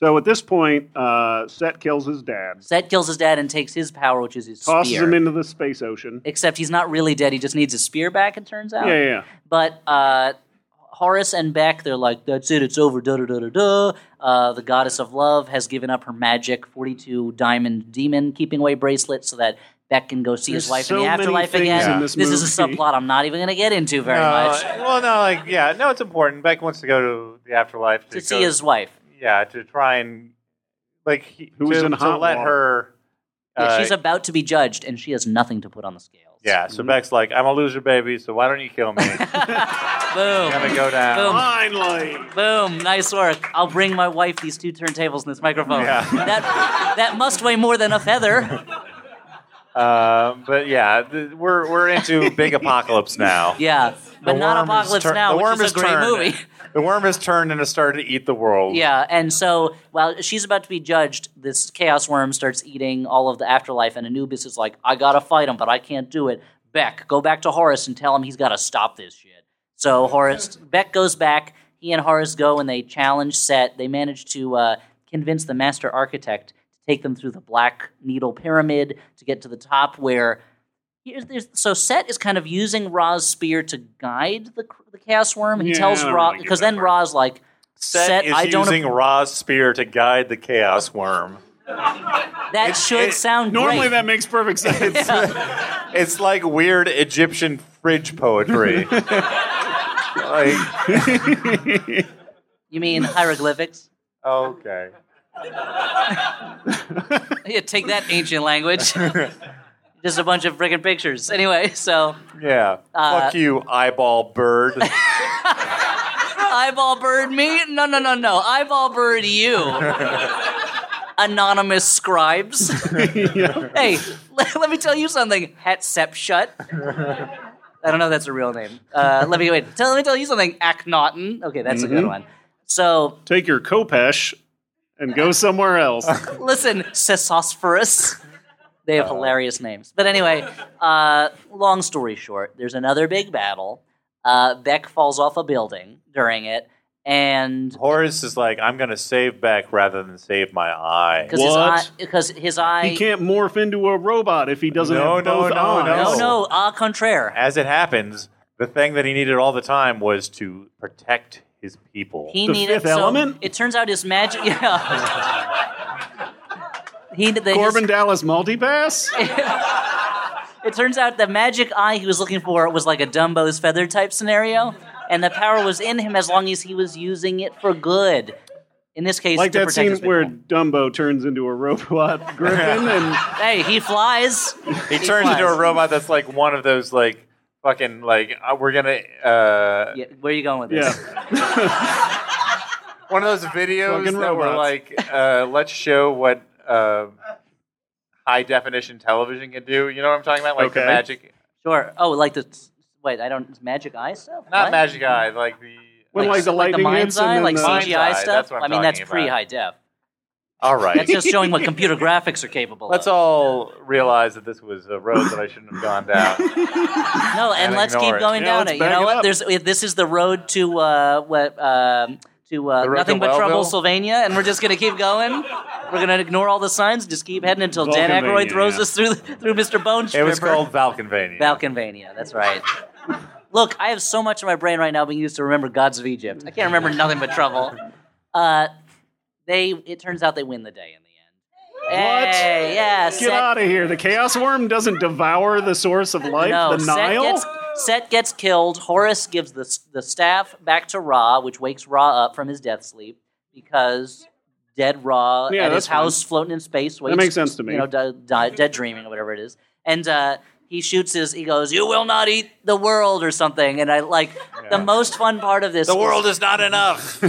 Speaker 4: So at this point, uh, Set kills his dad,
Speaker 2: Set kills his dad and takes his power, which is his
Speaker 4: tosses
Speaker 2: spear.
Speaker 4: him into the space ocean.
Speaker 2: Except he's not really dead; he just needs his spear back. It turns out.
Speaker 4: Yeah, yeah, yeah.
Speaker 2: But uh, Horace and Beck, they're like, that's it, it's over, da da da da da. Uh, the goddess of love has given up her magic 42 diamond demon keeping away bracelet so that Beck can go see his
Speaker 4: There's
Speaker 2: wife in
Speaker 4: so
Speaker 2: the
Speaker 4: many
Speaker 2: afterlife
Speaker 4: things
Speaker 2: again.
Speaker 4: in this
Speaker 2: is a
Speaker 4: movie.
Speaker 2: subplot I'm not even going to get into very
Speaker 3: No,
Speaker 2: much.
Speaker 3: Uh, Well, no, like yeah, no, it's important. Beck wants to go to the afterlife
Speaker 2: To
Speaker 3: to, go-
Speaker 2: see his wife.
Speaker 3: yeah to try and like he,
Speaker 4: Who was
Speaker 3: to,
Speaker 4: in
Speaker 3: to
Speaker 4: hot
Speaker 3: let
Speaker 4: water.
Speaker 3: her.
Speaker 2: Yeah,
Speaker 3: uh,
Speaker 2: she's Mm-hmm. about to be judged, and she has nothing to put on the scales.
Speaker 3: yeah, so Beck's like, I'm a loser, baby. So why don't you kill me? I'm
Speaker 2: Boom.
Speaker 3: gonna go down.
Speaker 2: Boom.
Speaker 4: Finally,
Speaker 2: Boom. Nice work. I'll bring my wife these two turntables and this microphone.
Speaker 3: Yeah.
Speaker 2: That, that must weigh more than a feather.
Speaker 3: Uh, but yeah, th- we're we're into big apocalypse now.
Speaker 2: Yeah, but
Speaker 3: The
Speaker 2: not
Speaker 3: worm has
Speaker 2: Apocalypse
Speaker 3: tur-
Speaker 2: Now,
Speaker 3: the
Speaker 2: which
Speaker 3: worm
Speaker 2: is a
Speaker 3: has
Speaker 2: great
Speaker 3: turned.
Speaker 2: movie.
Speaker 3: The worm has turned and has started to eat the world.
Speaker 2: Yeah, and so while she's about to be judged, this chaos worm starts eating all of the afterlife, and Anubis is like, "I gotta fight him, but I can't do it." Beck, go back to Horace and tell him he's gotta stop this shit. So Horace, Beck goes back. He and Horace go and they challenge Set. They manage to uh, convince the master architect to take them through the Black Needle Pyramid to get to the top, where Here's, there's, so Set is kind of using Ra's spear to guide the, the Chaos Worm. He
Speaker 4: Yeah,
Speaker 2: tells
Speaker 4: I don't
Speaker 2: Ra
Speaker 4: really get
Speaker 2: because
Speaker 4: that
Speaker 2: then
Speaker 4: part.
Speaker 2: Ra's like,
Speaker 3: Set, is
Speaker 2: I don't
Speaker 3: using Ra's spear to guide the chaos worm.
Speaker 2: that should
Speaker 3: it-
Speaker 2: sound
Speaker 4: normally
Speaker 2: great.
Speaker 4: that makes perfect sense.
Speaker 3: It's like weird Egyptian fridge poetry. like,
Speaker 2: you mean hieroglyphics?
Speaker 3: okay.
Speaker 2: yeah, take that ancient language. Just a bunch of freaking pictures. Anyway, so
Speaker 3: Yeah.
Speaker 2: Uh,
Speaker 3: Fuck you, eyeball bird.
Speaker 2: eyeball bird me? No, no, no, no. Eyeball bird you. Anonymous scribes. Hey, let, let me tell you something, Hatsep Shut. I don't know if that's a real name. Uh, let me wait. Tell, let me tell you something, Akhenaten. Okay, that's a good one. So
Speaker 4: Take your Kopesh and go somewhere else.
Speaker 2: listen, Sesosphorus. They
Speaker 4: Uh.
Speaker 2: have hilarious names. But anyway, uh, long story short, there's another big battle. Uh, Beck falls off a building during it, and
Speaker 3: Horace is like, I'm going to save Beck rather than save my eye.
Speaker 2: because his
Speaker 4: What?
Speaker 2: eye, because his eye,
Speaker 4: He can't morph into a robot if he doesn't
Speaker 3: No,
Speaker 4: have
Speaker 3: no,
Speaker 4: both
Speaker 3: no,
Speaker 4: eyes.
Speaker 2: no,
Speaker 3: no.
Speaker 2: no, au contraire,
Speaker 3: As it happens, the thing that he needed all the time was to protect his people.
Speaker 2: he
Speaker 4: The
Speaker 2: needed
Speaker 4: fifth
Speaker 2: so
Speaker 4: element?
Speaker 2: It turns out his magic, yeah. He, the, his,
Speaker 4: Corbin Dallas multipass?
Speaker 2: It turns out the magic eye he was looking for was like a Dumbo's feather type scenario, and the power was in him as long as he was using it for good. In this case,
Speaker 4: like
Speaker 2: to
Speaker 4: that
Speaker 2: protect
Speaker 4: scene
Speaker 2: his
Speaker 4: where
Speaker 2: people.
Speaker 4: Dumbo turns into a robot griffin and
Speaker 2: hey, he flies.
Speaker 3: He turns into a
Speaker 2: flies.
Speaker 3: robot that's like one of those like fucking like uh, we're gonna uh,
Speaker 2: Yeah, where are you going with
Speaker 4: yeah.
Speaker 2: this?
Speaker 3: one of those videos
Speaker 4: Fucking
Speaker 3: that were
Speaker 4: robots.
Speaker 3: like uh, let's show what uh, high definition television can do. You know what I'm talking about? Like the
Speaker 4: Okay.
Speaker 3: magic,
Speaker 2: Sure. Oh, like the wait, I don't magic eye stuff.
Speaker 3: not
Speaker 2: What?
Speaker 3: magic eye, like the.
Speaker 4: When like, the
Speaker 2: like
Speaker 4: lightning
Speaker 2: mind's
Speaker 4: hits and
Speaker 2: eye,
Speaker 4: then uh,
Speaker 2: like
Speaker 4: the-
Speaker 3: Mind's
Speaker 2: CGI
Speaker 3: eye,
Speaker 2: stuff.
Speaker 3: that's what I'm
Speaker 2: I mean, that's
Speaker 3: talking
Speaker 2: pre
Speaker 3: about.
Speaker 2: high def.
Speaker 3: all right.
Speaker 2: That's just showing what computer graphics are capable
Speaker 3: Let's
Speaker 2: of.
Speaker 3: all realize that this was a road that I shouldn't have gone down.
Speaker 2: No, and
Speaker 3: and
Speaker 2: let's
Speaker 3: ignore
Speaker 2: keep
Speaker 3: it.
Speaker 2: going
Speaker 4: Yeah,
Speaker 2: down
Speaker 4: let's
Speaker 2: it. You
Speaker 4: back
Speaker 2: know
Speaker 4: it
Speaker 2: what?
Speaker 4: up.
Speaker 2: There's this is the road to uh, what um, to uh,
Speaker 3: The road
Speaker 2: nothing
Speaker 3: to
Speaker 2: but trouble,
Speaker 3: Wellville?
Speaker 2: Sylvania, and we're just gonna keep going. We're gonna ignore all the signs, just keep heading until Dan
Speaker 4: Vulcanvania,
Speaker 2: Aykroyd throws
Speaker 4: yeah.
Speaker 2: us through through Mr. Bone
Speaker 3: It
Speaker 2: Stripper.
Speaker 3: was called Valkenvania.
Speaker 2: Balkanvania. That's right. Look, I have so much in my brain right now being used to remember gods of Egypt. I can't remember nothing but trouble. Uh, they. It turns out they win the day in the end.
Speaker 4: What?
Speaker 2: Hey, yeah.
Speaker 4: Get out of here. The chaos worm doesn't devour the source of life,
Speaker 2: No,
Speaker 4: the
Speaker 2: Set
Speaker 4: Nile.
Speaker 2: gets, Set gets killed. Horus gives the, the staff back to Ra, which wakes Ra up from his death sleep because dead Ra
Speaker 4: Yeah,
Speaker 2: at his
Speaker 4: that's fine.
Speaker 2: house floating in space. Wakes,
Speaker 4: makes sense to me.
Speaker 2: You know, di- di- dead dreaming or whatever it is. And uh, he shoots his, he goes, You will not eat the world or something. And I like the most fun part of this.
Speaker 3: The world is not enough.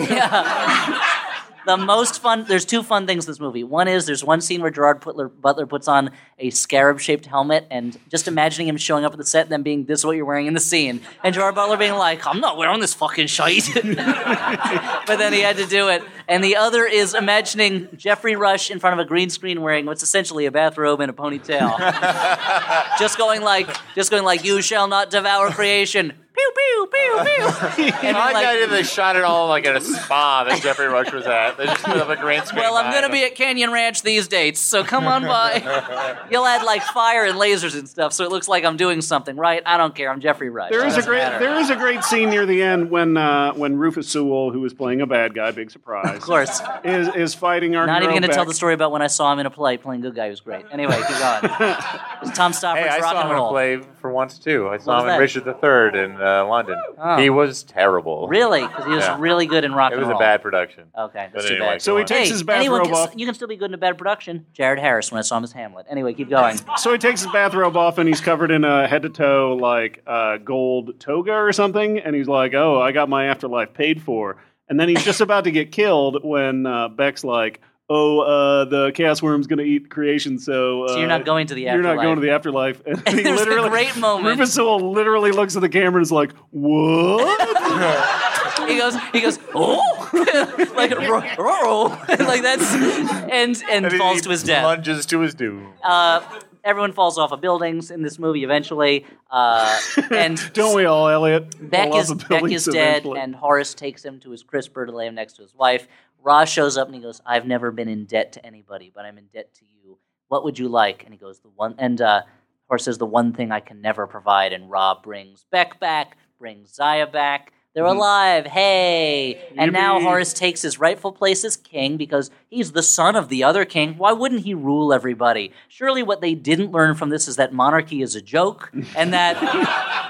Speaker 2: The most fun. There's two fun things in this movie. One is there's one scene where Gerard Butler, Butler puts on a scarab-shaped helmet, and just imagining him showing up at the set, and then being this is what you're wearing in the scene, and Gerard Butler being like, "I'm not wearing this fucking shite," but then he had to do it. And the other is imagining Jeffrey Rush in front of a green screen wearing what's essentially a bathrobe and a ponytail, just going like, just going like, "You shall not devour creation." Pew pew pew pew. And
Speaker 3: I
Speaker 2: I'm
Speaker 3: like the idea
Speaker 2: like,
Speaker 3: that they shot it all like at a spa that Jeffrey Rush was at. They just put up a green screen.
Speaker 2: Well, I'm
Speaker 3: behind
Speaker 2: going to
Speaker 3: him.
Speaker 2: be at Canyon Ranch these dates, so come on by. You'll add like fire and lasers and stuff, so it looks like I'm doing something, right? I don't care. I'm Jeffrey Rush.
Speaker 4: There is a
Speaker 2: Doesn't
Speaker 4: great
Speaker 2: matter.
Speaker 4: there is a great scene near the end when uh, when Rufus Sewell, who was playing a bad guy, big surprise,
Speaker 2: Of course.
Speaker 4: is is fighting our
Speaker 2: Not even
Speaker 4: hero
Speaker 2: going to tell
Speaker 4: back.
Speaker 2: the story about when I saw him in a play playing good guy. He was great. Anyway, keep going. It's Tom Stoppard's
Speaker 3: Hey, I
Speaker 2: rock
Speaker 3: saw
Speaker 2: and
Speaker 3: him in a
Speaker 2: roll.
Speaker 3: play for once too. I
Speaker 2: What
Speaker 3: saw
Speaker 2: was
Speaker 3: him
Speaker 2: that?
Speaker 3: in Richard III in uh, London.
Speaker 2: Oh.
Speaker 3: He was terrible.
Speaker 2: Really? Because he was
Speaker 3: Yeah.
Speaker 2: really good in rock
Speaker 3: It
Speaker 2: and
Speaker 3: was
Speaker 2: roll.
Speaker 3: a bad production.
Speaker 2: Okay,
Speaker 3: But
Speaker 2: that's too
Speaker 3: anyway,
Speaker 2: bad.
Speaker 4: So he
Speaker 3: go on.
Speaker 4: takes
Speaker 2: hey,
Speaker 4: his
Speaker 2: anyone
Speaker 4: bathrobe
Speaker 2: can,
Speaker 4: off.
Speaker 2: you can still be good in a bad production. Jared Harris, when I saw him as Hamlet. Anyway, keep going.
Speaker 4: So he takes his bathrobe off and he's covered in a head to toe like uh, gold toga or something, and he's like, "Oh, I got my afterlife paid for." And then he's just about to get killed when uh, Beck's like, "Oh, uh, the chaos worm's going to eat creation, so, uh,
Speaker 2: So you're not going to the
Speaker 4: You're not
Speaker 2: afterlife.
Speaker 4: going to the afterlife." And,
Speaker 2: And
Speaker 4: he
Speaker 2: there's the
Speaker 4: literally
Speaker 2: great moment.
Speaker 4: Rufus Sewell literally looks at the camera and is like, "What?"
Speaker 2: he goes he goes oh like ro- ro- ro. like that's and and,
Speaker 3: And he
Speaker 2: falls to his death
Speaker 3: Plunges to his doom.
Speaker 2: uh, everyone falls off of buildings in this movie eventually uh, and
Speaker 4: Don't we all, Elliot?
Speaker 2: Beck
Speaker 4: Fall off
Speaker 2: is,
Speaker 4: the
Speaker 2: Beck is
Speaker 4: buildings
Speaker 2: dead,
Speaker 4: eventually.
Speaker 2: and Horace takes him to his crisper to lay him next to his wife. Ra shows up and he goes, "I've never been in debt to anybody, but I'm in debt to you. What would you like?" And he goes, "The one." And uh, Horace says, "The one thing I can never provide." And Ra brings Beck back, brings Zaya back. They're
Speaker 4: Mm-hmm.
Speaker 2: alive, hey! And now
Speaker 4: Yippee.
Speaker 2: Horace takes his rightful place as king because he's the son of the other king. Why wouldn't he rule everybody? Surely, what they didn't learn from this is that monarchy is a joke, and that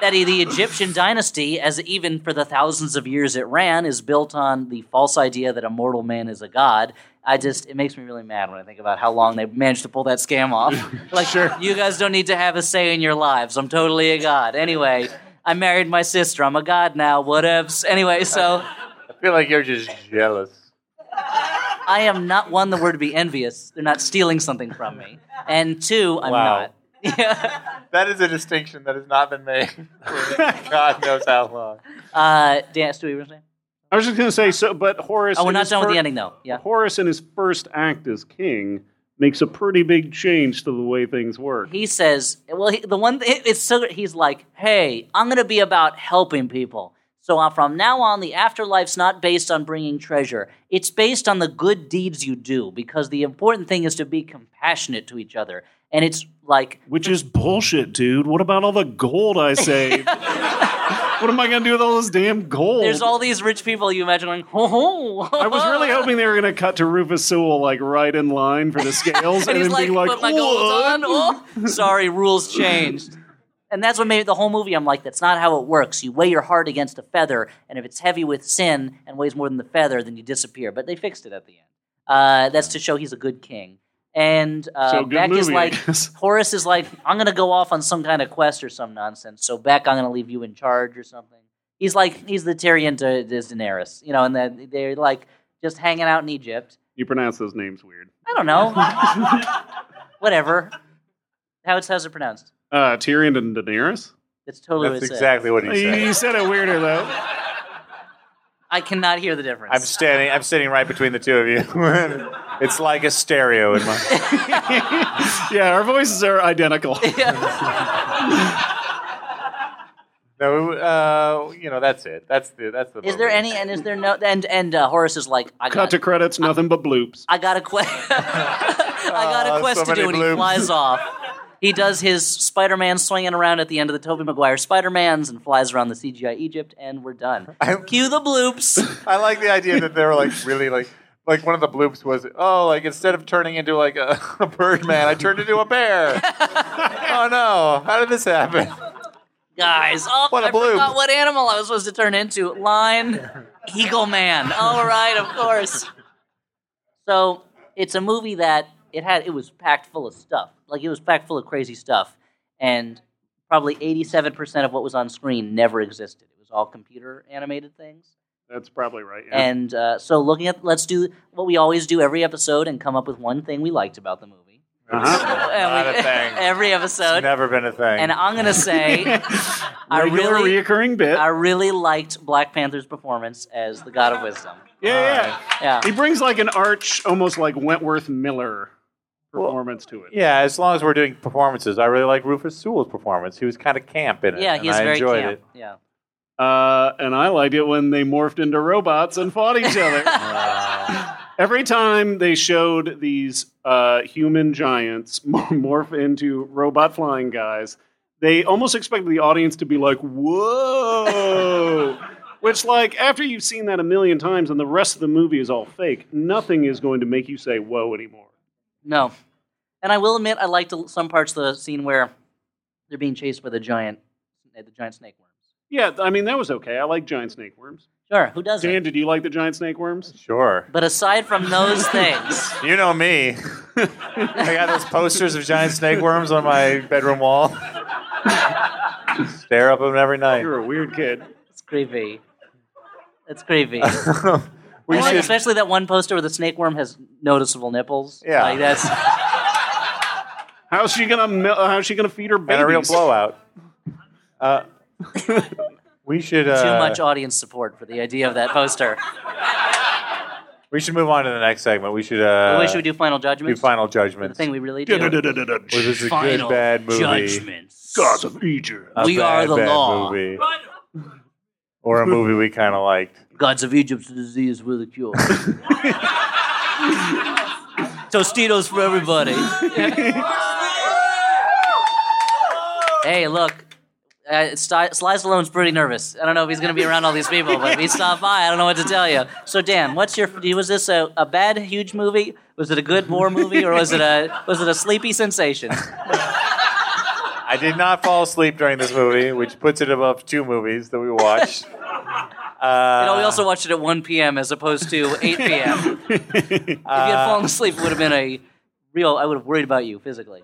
Speaker 2: that the Egyptian dynasty, as even for the thousands of years it ran, is built on the false idea that a mortal man is a god. I just it makes me really mad when I think about how long they managed to pull that scam off. Like,
Speaker 4: Sure.
Speaker 2: you guys don't need to have a say in your lives. I'm totally a god. Anyway, I married my sister. I'm a god now. Whatevs. Anyway, so
Speaker 3: I feel like you're just jealous.
Speaker 2: I am not one the word to be envious. They're not stealing something from me. And two, I'm
Speaker 3: Wow.
Speaker 2: not.
Speaker 3: That is a distinction that has not been made. for God knows how long.
Speaker 2: Uh, Dan, Stewie, what was your name?
Speaker 4: I was just going to say so, but Horace.
Speaker 2: Oh, we're
Speaker 4: in
Speaker 2: not
Speaker 4: his
Speaker 2: done with
Speaker 4: fir-
Speaker 2: the ending though. Yeah.
Speaker 4: Horace in his first act as king makes a pretty big change to the way things work.
Speaker 2: He says, well, he, the one, it, it's so, he's like, hey, I'm going to be about helping people. So uh, from now on, the afterlife's not based on bringing treasure. It's based on the good deeds you do because the important thing is to be compassionate to each other. And it's like,
Speaker 4: Which is bullshit, dude. What about all the gold I saved? what am I going to do with all this damn gold?
Speaker 2: there's all these rich people you imagine going, "Oh, ho ho.
Speaker 4: I was really hoping they were going to cut to Rufus Sewell like right in line for the scales
Speaker 2: and
Speaker 4: and,
Speaker 2: he's
Speaker 4: then
Speaker 2: like,
Speaker 4: be like,
Speaker 2: put my goals
Speaker 4: "What?"
Speaker 2: on. Oh, sorry, rules changed. And that's what made the whole movie. I'm like, that's not how it works. You weigh your heart against a feather, and if it's heavy with sin and weighs more than the feather, then you disappear. But they fixed it at the end. Uh, that's to show he's a good king. And uh,
Speaker 4: So, good
Speaker 2: Beck is
Speaker 4: movie, I
Speaker 2: like,
Speaker 4: guess.
Speaker 2: Horace is like, I'm gonna go off on some kind of quest or some nonsense. So Beck, I'm gonna leave you in charge or something. He's like, he's the Tyrion to to Daenerys, you know, and then they're like just hanging out in Egypt.
Speaker 4: You pronounce those names weird.
Speaker 2: I don't know. Whatever. How it's how's it pronounced?
Speaker 4: Uh, Tyrion and Daenerys?
Speaker 2: That's totally
Speaker 3: That's
Speaker 2: what it says.
Speaker 3: exactly what he
Speaker 4: You
Speaker 3: said.
Speaker 4: said it weirder, though.
Speaker 2: I cannot hear the difference.
Speaker 3: I'm standing. I'm sitting right between the two of you. it's like a stereo in my.
Speaker 4: Yeah, our voices are identical.
Speaker 3: No, uh, you know that's it. That's the that's the.
Speaker 2: is there
Speaker 3: movie.
Speaker 2: any and is there no and and uh, Horace is like I
Speaker 4: Cut
Speaker 2: got
Speaker 4: to credits, nothing but bloops.
Speaker 2: I got a quest I got
Speaker 3: Aw,
Speaker 2: a quest
Speaker 3: Ah, so
Speaker 2: to do
Speaker 3: many
Speaker 2: and he
Speaker 3: bloops.
Speaker 2: flies off. He does his Spider-Man swinging around at the end of the Tobey Maguire Spider-Mans and flies around the CGI Egypt and we're done.
Speaker 3: I'm-
Speaker 2: Cue the bloops.
Speaker 3: I like the idea that they were like really like like one of the bloops was oh like instead of turning into like a, a bird man I turned into a bear. oh no! How did this happen?
Speaker 2: Guys, oh,
Speaker 3: What a
Speaker 2: I
Speaker 3: bloop.
Speaker 2: forgot what animal I was supposed to turn into. Line, Eagle Man. All right, of course. So it's a movie that it had. It was packed full of stuff. Like it was packed full of crazy stuff, and probably eighty-seven percent of what was on screen never existed. It was all computer animated things.
Speaker 4: That's probably right. Yeah.
Speaker 2: And uh, so looking at, let's do what we always do every episode and come up with one thing we liked about the movie.
Speaker 4: Uh-huh.
Speaker 2: And
Speaker 3: Not
Speaker 2: we-
Speaker 3: a thing.
Speaker 2: every episode.
Speaker 3: Never been a thing.
Speaker 2: And I'm gonna say, I
Speaker 4: Regular
Speaker 2: really,
Speaker 4: reoccurring bit.
Speaker 2: I really liked Black Panther's performance as the God of Wisdom.
Speaker 4: yeah, yeah.
Speaker 2: Yeah.
Speaker 4: He brings like an arch, almost like Wentworth Miller performance to it.
Speaker 3: yeah, as long as we're doing performances, I really like Rufus Sewell's performance. He was kind of camp in it.
Speaker 2: Yeah,
Speaker 3: and
Speaker 2: he's
Speaker 3: I
Speaker 2: very
Speaker 3: enjoyed
Speaker 2: camp.
Speaker 3: it.
Speaker 2: Yeah.
Speaker 4: Uh, and I liked it when they morphed into robots and fought each other.
Speaker 2: Uh.
Speaker 4: Every time they showed these uh, human giants morph into robot flying guys, they almost expected the audience to be like, whoa. Which, like, after you've seen that a million times and the rest of the movie is all fake, nothing is going to make you say whoa anymore.
Speaker 2: No. And I will admit, I liked some parts of the scene where they're being chased by the giant, uh, the giant snake worms.
Speaker 4: Yeah, I mean, that was okay. I like giant snake worms.
Speaker 2: Sure, who doesn't?
Speaker 4: Dan, did you like the giant snake worms?
Speaker 3: Sure.
Speaker 2: But aside from those things,
Speaker 3: You know me. I got those posters of giant snake worms on my bedroom wall. Stare up at them every night.
Speaker 4: You're a weird kid.
Speaker 2: it's creepy. It's creepy.
Speaker 3: We
Speaker 2: I like-
Speaker 3: should.
Speaker 2: especially that one poster where the snake worm has noticeable nipples.
Speaker 3: Yeah. Uh,
Speaker 2: Like that's
Speaker 4: How's she gonna mil- how's she gonna feed her babies?
Speaker 3: And a real blowout. Uh, we should. Uh,
Speaker 2: too much audience support for the idea of that poster.
Speaker 3: We should move on to the next segment. We should. Uh,
Speaker 2: Wait, should we do final
Speaker 3: do
Speaker 2: judgment?
Speaker 3: final
Speaker 2: the
Speaker 3: judgments.
Speaker 2: thing we really do.
Speaker 3: Was
Speaker 4: Gods
Speaker 3: this a good bad movie?
Speaker 2: judgments.
Speaker 4: of Egypt.
Speaker 3: A
Speaker 6: uh,
Speaker 2: We
Speaker 3: bad,
Speaker 2: are the
Speaker 3: bad
Speaker 2: law.
Speaker 3: Movie. Or a movie we kind of liked.
Speaker 2: Gods of Egypt's disease were the cure. Tostitos for everybody. hey, look. Uh, Sti- Sly Stallone's pretty nervous. I don't know if he's going to be around all these people, but if he stopped by, I don't know what to tell you. So, Dan, what's your? Was this a, a bad, huge movie? Was it a good war movie, or was it a was it a sleepy sensation?
Speaker 3: I did not fall asleep during this movie, which puts it above two movies that we watched.
Speaker 2: You
Speaker 4: Uh,
Speaker 2: know, we also watched it at 1 p.m. as opposed to 8 p.m. if you had fallen asleep, it would have been a real. I would have worried about you physically.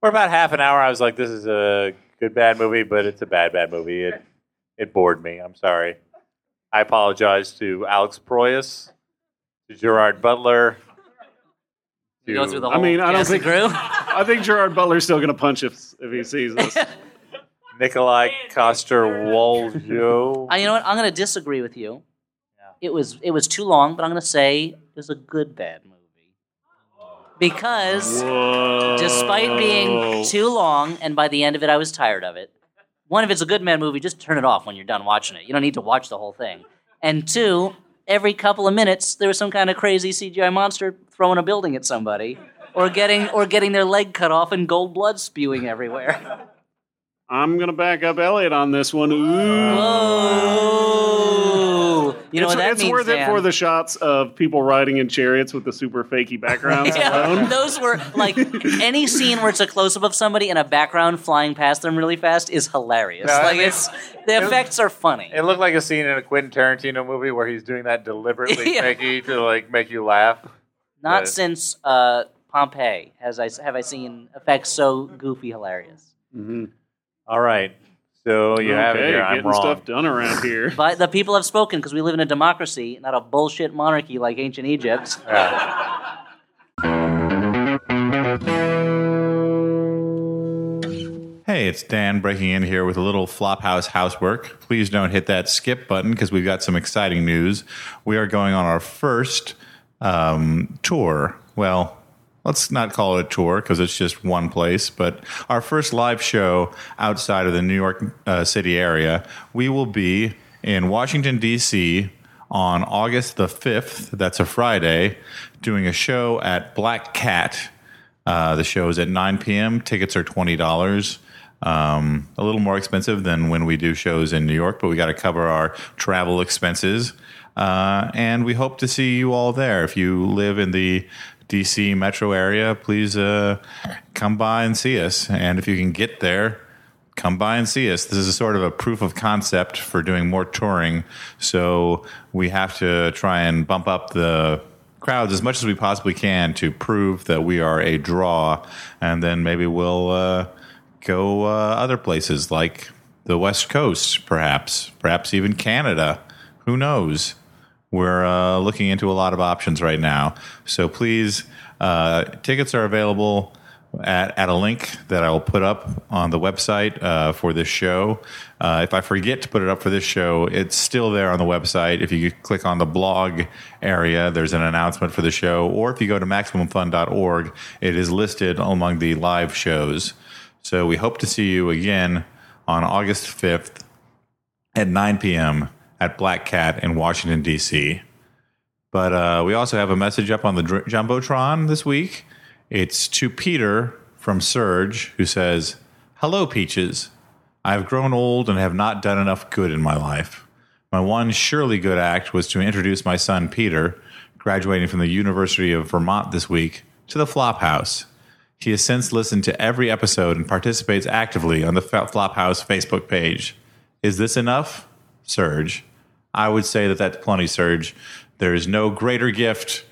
Speaker 3: For about half an hour, I was like, "This is a good bad movie, but it's a bad bad movie." It it bored me. I'm sorry. I apologize to Alex Proyas, to Gerard Butler.
Speaker 2: You go through the
Speaker 3: to-
Speaker 2: whole.
Speaker 4: I mean, I don't
Speaker 2: cast and crew.
Speaker 4: think- I think Gerard Butler's still gonna punch us if he sees us.
Speaker 3: Nikolai Coster Waljo.
Speaker 2: I, you know what? I'm going to disagree with you. It was it was too long, but I'm going to say it was a good bad movie. because
Speaker 4: Whoa.
Speaker 2: despite
Speaker 4: Oh.
Speaker 2: being too long, and by the end of it, I was tired of it. One, if it's a good man movie, just turn it off when you're done watching it. You don't need to watch the whole thing. And two, every couple of minutes, there was some kind of crazy CGI monster throwing a building at somebody, or getting or getting their leg cut off and gold blood spewing everywhere.
Speaker 4: I'm gonna back up Elliot on this one. Ooh.
Speaker 2: Whoa! You know
Speaker 4: Oh. it's
Speaker 2: what that
Speaker 4: it's
Speaker 2: means,
Speaker 4: worth it
Speaker 2: Dan?
Speaker 4: for the shots of people riding in chariots with the super fakey backgrounds
Speaker 2: Yeah,
Speaker 4: alone.
Speaker 2: those were like any scene where it's a close up of somebody and a background flying past them really fast is hilarious.
Speaker 6: No, I
Speaker 2: like
Speaker 6: mean-
Speaker 2: it's the effects are funny.
Speaker 6: It looked like a scene in a Quentin Tarantino movie where he's doing that deliberately,
Speaker 2: Yeah.
Speaker 6: Mickey, to like make you laugh.
Speaker 2: Not
Speaker 6: Yeah.
Speaker 2: since uh, Pompeii has I have I seen effects so goofy hilarious.
Speaker 4: Mhm.
Speaker 6: All right, so you have it
Speaker 4: okay,
Speaker 6: here. I'm
Speaker 4: getting
Speaker 6: wrong.
Speaker 4: stuff done around here.
Speaker 2: But the people have spoken because we live in a democracy, not a bullshit monarchy like ancient Egypt.
Speaker 6: Yeah.
Speaker 3: Hey, it's Dan breaking in here with a little Flophouse housework. Please don't hit that skip button because we've got some exciting news. We are going on our first um, tour. Well, let's not call it a tour because it's just one place, but our first live show outside of the New York uh, City area. We will be in Washington, D.C. on August the 5th. That's a Friday, doing a show at Black Cat. Uh, the show is at 9 p.m. Tickets are twenty dollars. Um, a little more expensive than when we do shows in New York, but we got to cover our travel expenses. Uh, and we hope to see you all there. If you live in the DC metro area, please uh, come by and see us. And if you can get there, come by and see us. This is a sort of a proof of concept for doing more touring. So we have to try and bump up the crowds as much as we possibly can to prove that we are a draw. And then maybe we'll uh, go uh, other places like the West Coast, perhaps, perhaps even Canada. Who knows? We're uh, looking into a lot of options right now. So please, uh, tickets are available at, at a link that I will put up on the website uh, for this show. Uh, if I forget to put it up for this show, it's still there on the website. If you click on the blog area, there's an announcement for the show. Or if you go to MaximumFun.org, it is listed among the live shows. So we hope to see you again on August 5th at 9 p.m. at Black Cat in Washington, D.C. But uh, we also have a message up on the Dr- Jumbotron this week. It's to Peter from Surge, who says, Hello, Peaches. I've grown old and have not done enough good in my life. My one surely good act was to introduce my son, Peter, graduating from the University of Vermont this week, to the Flophouse. He has since listened to every episode and participates actively on the Fa- Flophouse Facebook page. Is this enough? Surge. I would say that that's plenty, Surge. There is no greater gift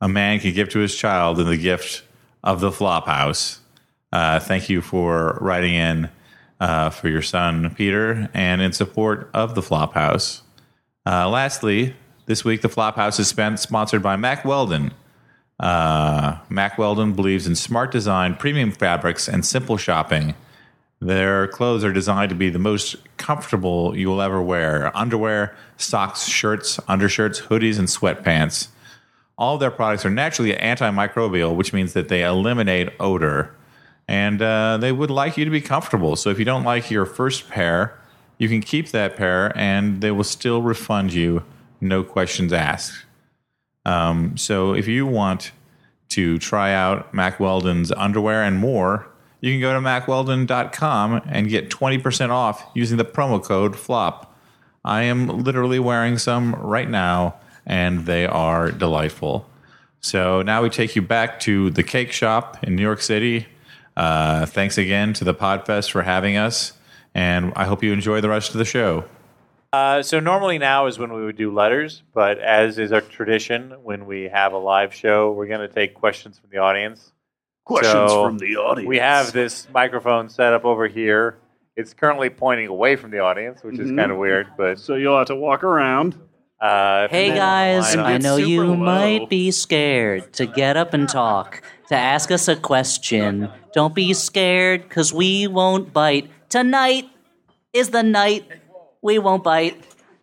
Speaker 3: a man can give to his child than the gift of the Flophouse. Uh, thank you for writing in uh, for your son, Peter, and in support of the Flophouse. Uh, lastly, this week the Flophouse is spent, sponsored by Mac Weldon. Uh, Mac Weldon believes in smart design, premium fabrics, and simple shopping. Their clothes are designed to be the most comfortable you will ever wear underwear, socks, shirts, undershirts, hoodies, and sweatpants. All of their products are naturally antimicrobial, which means that they eliminate odor. And uh, they would like you to be comfortable. So if you don't like your first pair, you can keep that pair and they will still refund you, no questions asked. Um, so if you want to try out Mac Weldon's underwear and more, you can go to macweldon.com and get 20% off using the promo code FLOP. I am literally wearing some right now, and they are delightful. So now we take you back to the cake shop in New York City. Uh, thanks again to the Podfest for having us, and I hope you enjoy the rest of the show.
Speaker 6: Uh, so normally now is when we would do letters, but as is our tradition, when we have a live show, we're going to take questions from the audience.
Speaker 4: Questions
Speaker 6: So,
Speaker 4: from the audience.
Speaker 6: We have this microphone set up over here. It's currently pointing away from the audience, which is
Speaker 4: Mhm.
Speaker 6: kind of weird, but
Speaker 4: So you'll have to walk around.
Speaker 6: uh, if
Speaker 2: Hey
Speaker 6: you
Speaker 2: guys,
Speaker 6: line up-
Speaker 2: I
Speaker 4: it's
Speaker 2: know
Speaker 4: super
Speaker 2: you
Speaker 4: low.
Speaker 2: might be scared to get up and talk, to ask us a question. Don't be scared, because we won't bite. Tonight is the night we won't bite.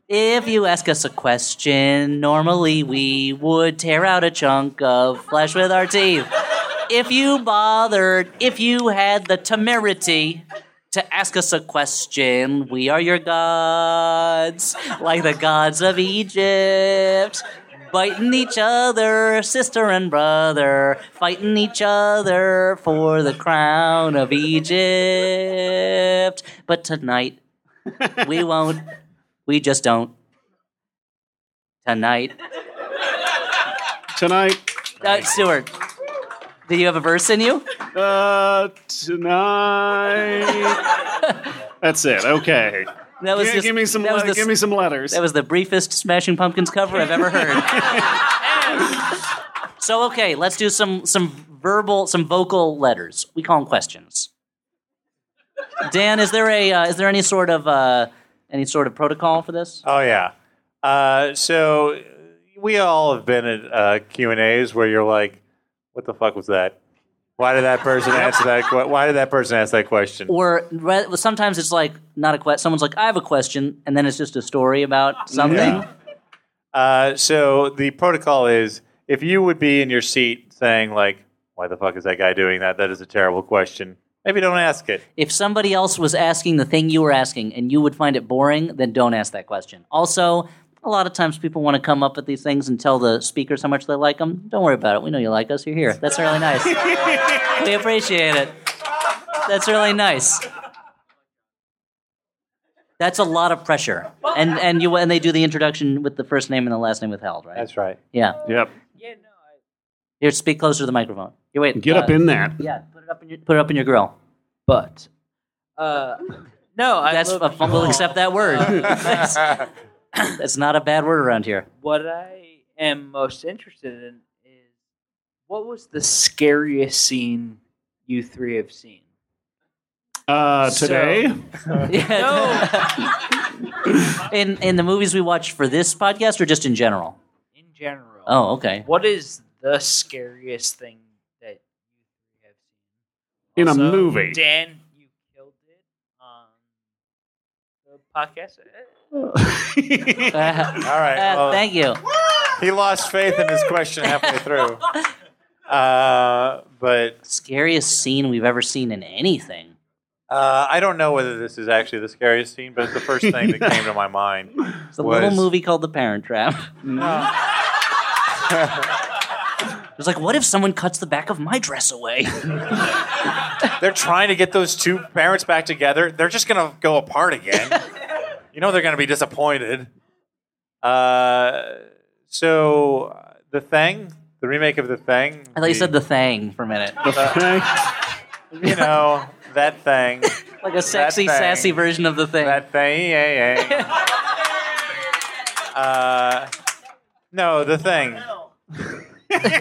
Speaker 2: If you ask us a question, normally we would tear out a chunk of flesh with our teeth. if you bothered, if you had the temerity to ask us a question, we are your gods, like the gods of Egypt. Biting each other, sister and brother, fighting each other for the crown of Egypt. But tonight, we won't. We just don't. Tonight.
Speaker 4: Tonight,
Speaker 2: Uh, Stuart, do you have a verse in you?
Speaker 4: uh, tonight. That's it. Okay.
Speaker 2: That
Speaker 4: Gi- give me some.
Speaker 2: that was
Speaker 4: le-
Speaker 2: the-
Speaker 4: give me some letters.
Speaker 2: That was the briefest Smashing Pumpkins cover I've ever heard. so okay, let's do some some verbal, some vocal letters. We call them questions. Dan, is there a uh, is there any sort of uh, any sort of protocol for this?
Speaker 3: Oh yeah. Uh, so we all have been at uh, Q and A's where you're like, "What the fuck was that? Why did that person answer that? Que- why did that person ask that question?"
Speaker 2: Or re- sometimes it's like not a question. Someone's like, "I have a question," and then it's just a story about something.
Speaker 3: Yeah. Uh, so the protocol is if you would be in your seat saying like, "Why the fuck is that guy doing that? That is a terrible question." Maybe don't ask it.
Speaker 2: If somebody else was asking the thing you were asking and you would find it boring, then don't ask that question. Also, a lot of times people want to come up with these things and tell the speakers how much they like them. Don't worry about it. We know you like us. You're here. That's really nice. we appreciate it. That's really nice. That's a lot of pressure. And and you and they do the introduction with the first name and the last name withheld, right?
Speaker 3: That's right.
Speaker 2: yeah.
Speaker 4: yep.
Speaker 2: Here, speak closer to the microphone. Here, wait.
Speaker 4: Get
Speaker 2: uh,
Speaker 4: up in that.
Speaker 2: Yeah, put it up in your put it up in your grill.
Speaker 7: But uh, no, I
Speaker 2: That's
Speaker 7: love you
Speaker 2: we'll
Speaker 7: all.
Speaker 2: accept that word. That's, that's not a bad word around here.
Speaker 7: What I am most interested in is what was the scariest scene you three have seen?
Speaker 4: Uh, today,
Speaker 2: Yeah. in in the movies we watch for this podcast, or just in general?
Speaker 7: In general,
Speaker 2: Oh, okay.
Speaker 7: what is the scariest thing that you three have seen
Speaker 4: In a
Speaker 7: Also,
Speaker 4: movie.
Speaker 7: Dan, you killed it on the podcast.
Speaker 2: Uh,
Speaker 3: All right.
Speaker 2: uh,
Speaker 3: well,
Speaker 2: thank you.
Speaker 3: he lost faith in his question halfway through. Uh, but
Speaker 2: Scariest scene we've ever seen in anything.
Speaker 3: Uh, I don't know whether this is actually the scariest scene, but it's the first thing that came to my mind.
Speaker 2: It's a little
Speaker 3: Was- Mm-hmm.
Speaker 2: movie called The Parent Trap. It's like, what if someone cuts the back of my dress away?
Speaker 3: They're trying to get those two parents back together. They're just going to go apart again. you know they're going to be disappointed. Uh, so uh, the thing, the remake of the thing.
Speaker 2: I thought you said the thing for a minute,
Speaker 3: You know that thing,
Speaker 2: like a sexy,
Speaker 3: thing.
Speaker 2: sassy version of the thing.
Speaker 3: that thing. Yeah, yeah, yeah. Uh, no, the thing.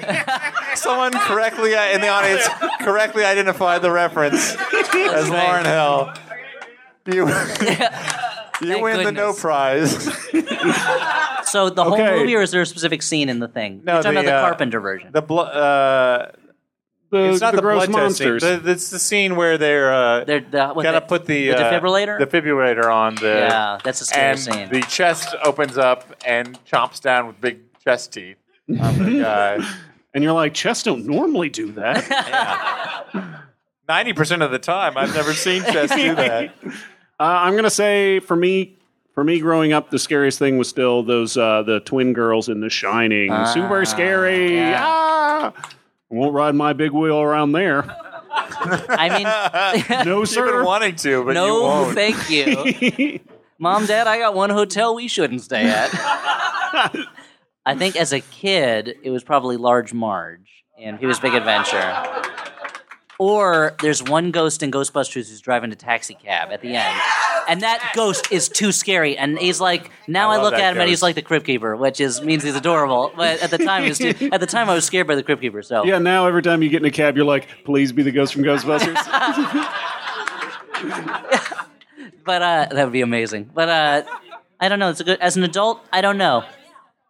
Speaker 3: Someone correctly uh, in the audience correctly identified the reference. as Lauren Hill. You, you
Speaker 2: Thank
Speaker 3: win the no
Speaker 2: goodness.
Speaker 3: prize.
Speaker 2: So the
Speaker 4: Okay.
Speaker 2: whole movie, or is there a specific scene in the thing?
Speaker 3: No,
Speaker 2: You're talking
Speaker 3: the,
Speaker 2: about the
Speaker 3: uh,
Speaker 2: Carpenter version.
Speaker 3: The blo- uh,
Speaker 4: the,
Speaker 3: it's not the,
Speaker 4: gross
Speaker 3: blood test
Speaker 4: monsters.
Speaker 3: Scene. The, it's the scene where they're uh,
Speaker 2: They're the, what,
Speaker 3: gotta
Speaker 2: the-
Speaker 3: put the,
Speaker 2: the
Speaker 3: uh,
Speaker 2: defibrillator.
Speaker 3: defibrillator on the
Speaker 2: yeah, that's a scary
Speaker 3: and
Speaker 2: scene.
Speaker 3: the chest opens up and chomps down with big chest teeth. uh, on the guy.
Speaker 4: and you're like, chests don't normally do that. Uh,
Speaker 3: Ninety percent of the time, I've never seen chest do that.
Speaker 4: uh, I'm gonna say for me, for me, growing up, the scariest thing was still those uh, the twin girls in The Shining. Super scary. Ah! Won't ride my big wheel around there.
Speaker 2: I mean,
Speaker 4: No
Speaker 3: You've been
Speaker 4: sir.
Speaker 3: wanting to, but you
Speaker 2: no,
Speaker 3: won't.
Speaker 2: thank you, Mom, Dad. I got one hotel we shouldn't stay at. I think as a kid, it was probably Large Marge and He Was Big Adventure. Or there's one ghost in Ghostbusters who's driving a taxi cab at the end. And that ghost is too scary. And he's like, now
Speaker 3: I
Speaker 2: I,
Speaker 3: love
Speaker 2: look at
Speaker 3: that
Speaker 2: him and he's
Speaker 3: ghost.
Speaker 2: like the Crypt Keeper, which is means he's adorable. But at the time, it was too, at the time I was scared by the Crypt Keeper. So
Speaker 4: Yeah, now every time you get in a cab, you're like, please be the ghost from Ghostbusters.
Speaker 2: but uh, that would be amazing. But uh, I don't know. It's a good as an adult. I don't know.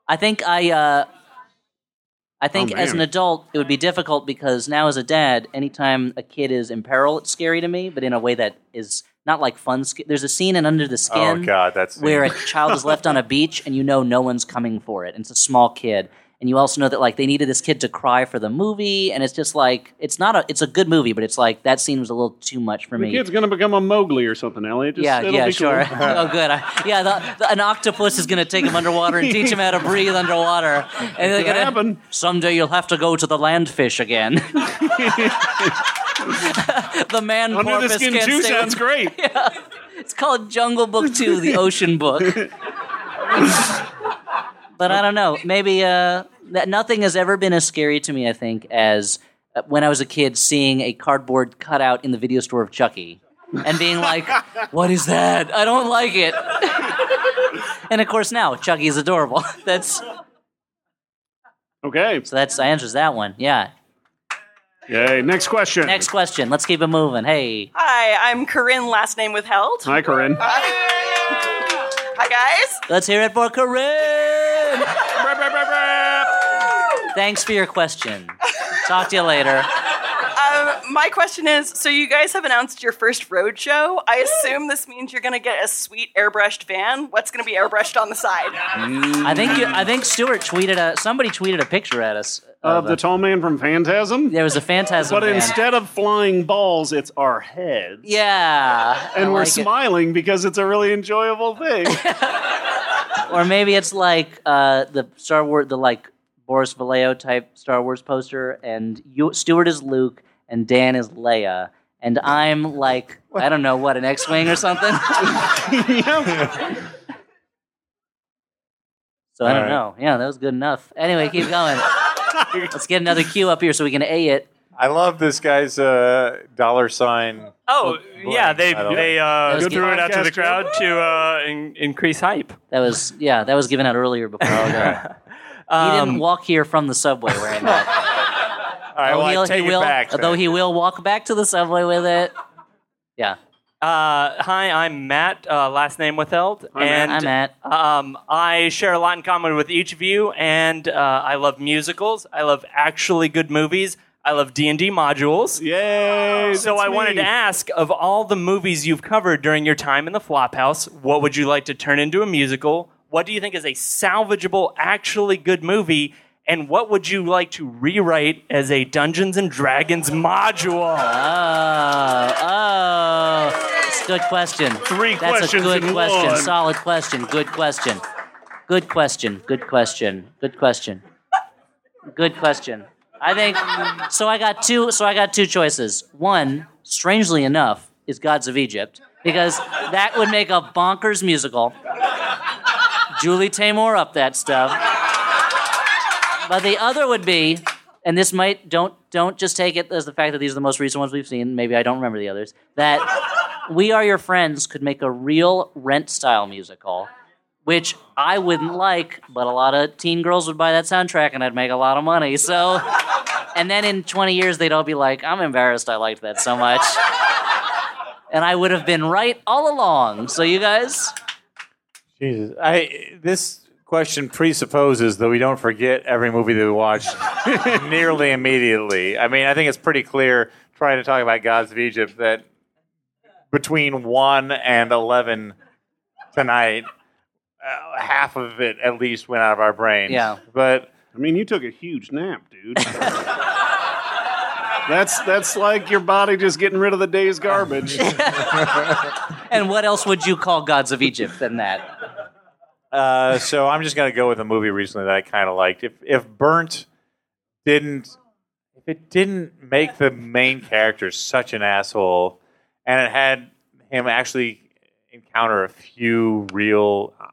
Speaker 2: I think I. Uh, I think
Speaker 4: Oh,
Speaker 2: as
Speaker 4: man.
Speaker 2: an adult, it would be difficult because now as a dad, anytime a kid is in peril, it's scary to me. But in a way that is not like fun. Sc- There's a scene in Under the
Speaker 3: Oh
Speaker 2: Skin
Speaker 3: God, that's
Speaker 2: where a child is left on a beach and you know no one's coming for it. And it's a small kid. and you also know that like they needed this kid to cry for the movie, and it's just like it's not a it's a good movie, but it's like that scene was a little too much for
Speaker 4: The
Speaker 2: me.
Speaker 4: kid's gonna become a Mowgli or something, Elliot. Just,
Speaker 2: yeah,
Speaker 4: it'll
Speaker 2: yeah,
Speaker 4: be
Speaker 2: sure.
Speaker 4: Cool.
Speaker 2: oh, good. I, yeah, the, the, an octopus is going to take him underwater and teach him how to breathe underwater, and they're
Speaker 4: Could
Speaker 2: going to
Speaker 4: happen.
Speaker 2: Someday you'll have to go to the land fish again. the man
Speaker 4: Under the
Speaker 2: porpoise
Speaker 4: skin
Speaker 2: can't
Speaker 4: too
Speaker 2: stay
Speaker 4: sounds
Speaker 2: with-
Speaker 4: great.
Speaker 2: It's called Jungle Book Two, the Ocean Book. but I don't know. Maybe uh, that nothing has ever been as scary to me. I think as uh, when I was a kid, seeing a cardboard cutout in the video store of Chucky, and being like, "What is that? I don't like it." and of course, now Chucky is adorable. that's
Speaker 4: Okay.
Speaker 2: so. That's I answers that one. Yeah.
Speaker 4: Yay. Next question.
Speaker 2: Next question. Let's keep it moving. Hey.
Speaker 8: Hi, I'm Corinne, last name withheld.
Speaker 4: Hi, Corinne.
Speaker 8: Hi, guys.
Speaker 2: Let's hear it for Corinne. Thanks for your question. Talk to you later.
Speaker 8: Um, my question is so you guys have announced your first road show. I assume this means you're going to get a sweet airbrushed van. What's going to be airbrushed on the side?
Speaker 2: I think you, I think Stuart tweeted a somebody tweeted a picture at us
Speaker 4: Of Uh, the
Speaker 2: a-
Speaker 4: tall man from Phantasm.
Speaker 2: there was a phantasm.
Speaker 4: But
Speaker 2: van.
Speaker 4: instead of flying balls, it's our heads.
Speaker 2: yeah, I
Speaker 4: And we're
Speaker 2: like it.
Speaker 4: smiling because it's a really enjoyable thing.
Speaker 2: or maybe it's like uh, the Star Wars, the like Boris Vallejo type Star Wars poster, and you, Stuart is Luke, and Dan is Leia, and I'm like I don't know what an X-wing or something. So I don't
Speaker 3: All right.
Speaker 2: know. Yeah, that was good enough. Anyway, keep going. Let's get another cue up here so we can A it.
Speaker 3: I love this guy's uh, dollar sign.
Speaker 9: Oh yeah, they
Speaker 3: I don't
Speaker 9: they uh,
Speaker 2: That was
Speaker 9: threw it out to the
Speaker 4: Podcast
Speaker 9: crowd to uh, in- increase hype.
Speaker 2: That was yeah, that was given out earlier before.
Speaker 3: Um,
Speaker 2: he
Speaker 1: Um,
Speaker 2: didn't walk here from the subway wearing that.
Speaker 3: All right,
Speaker 2: Though
Speaker 3: well,
Speaker 2: he'll-
Speaker 3: I take
Speaker 2: Oh, will,
Speaker 3: it back.
Speaker 2: though
Speaker 3: then.
Speaker 2: he will walk back to the subway with it. Yeah,
Speaker 9: Uh, hi, I'm Matt. Uh, last name withheld,
Speaker 4: Hi, Matt.
Speaker 9: and
Speaker 2: I'm at.
Speaker 9: Um, I share a lot in common with each of you, and uh, I love musicals. I love actually good movies. I love D and D modules.
Speaker 4: Yay.
Speaker 9: So
Speaker 4: that's
Speaker 9: I wanted
Speaker 4: me.
Speaker 9: to ask: of all the movies you've covered during your time in the Flophouse, what would you like to turn into a musical? What do you think is a salvageable, actually good movie? And what would you like to rewrite as a Dungeons and Dragons module?
Speaker 2: Oh, oh, it's a good question.
Speaker 4: Three
Speaker 2: That's
Speaker 4: questions
Speaker 2: a good
Speaker 4: in
Speaker 2: question.
Speaker 4: one.
Speaker 2: Solid question. Good question. Good question. Good question. Good question. Good question. I think so. I got two. So I got two choices. One, strangely enough, is Gods of Egypt because that would make a bonkers musical. Julie Taymor up that stuff. But the other would be, and this might don't don't just take it as the fact that these are the most recent ones we've seen. Maybe I don't remember the others. That we are your friends could make a real Rent style musical, which I wouldn't like, but a lot of teen girls would buy that soundtrack, and I'd make a lot of money. So, and then in 20 years they'd all be like, "I'm embarrassed I liked that so much," and I would have been right all along. So you guys,
Speaker 3: Jesus, I this question presupposes that we don't forget every movie that we watch nearly immediately. I mean, I think it's pretty clear trying to talk about Gods of Egypt that between one and eleven tonight, uh, half of it at least went out of our brains.
Speaker 2: Yeah.
Speaker 3: but
Speaker 4: I mean, you took a huge nap, dude. that's that's like your body just getting rid of the day's garbage.
Speaker 2: and what else would you call Gods of Egypt than that?
Speaker 3: Uh, so I'm just gonna go with a movie recently that I kind of liked. If if Burnt didn't, if it didn't make the main character such an asshole, and it had him actually encounter a few real uh,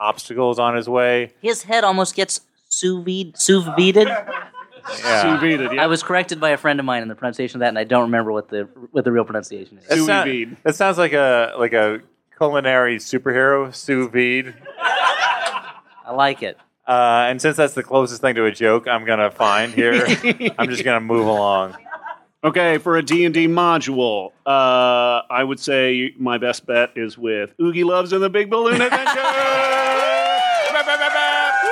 Speaker 3: obstacles on his way,
Speaker 2: His head almost gets sous vide, sous vided.
Speaker 4: Sous
Speaker 3: yeah.
Speaker 4: vide it,
Speaker 2: I
Speaker 4: yeah.
Speaker 2: was corrected by a friend of mine in the pronunciation of that, and I don't remember what the what the real pronunciation is.
Speaker 3: That,
Speaker 4: Sous
Speaker 3: sound-
Speaker 4: vide.
Speaker 3: that sounds like a like a culinary superhero sous vide.
Speaker 2: I like it.
Speaker 3: Uh, and since that's the closest thing to a joke I'm gonna find here, I'm just gonna move along.
Speaker 4: Okay, for a D&D module, uh, I would say my best bet is with Oogie Loves and the Big Balloon Adventure.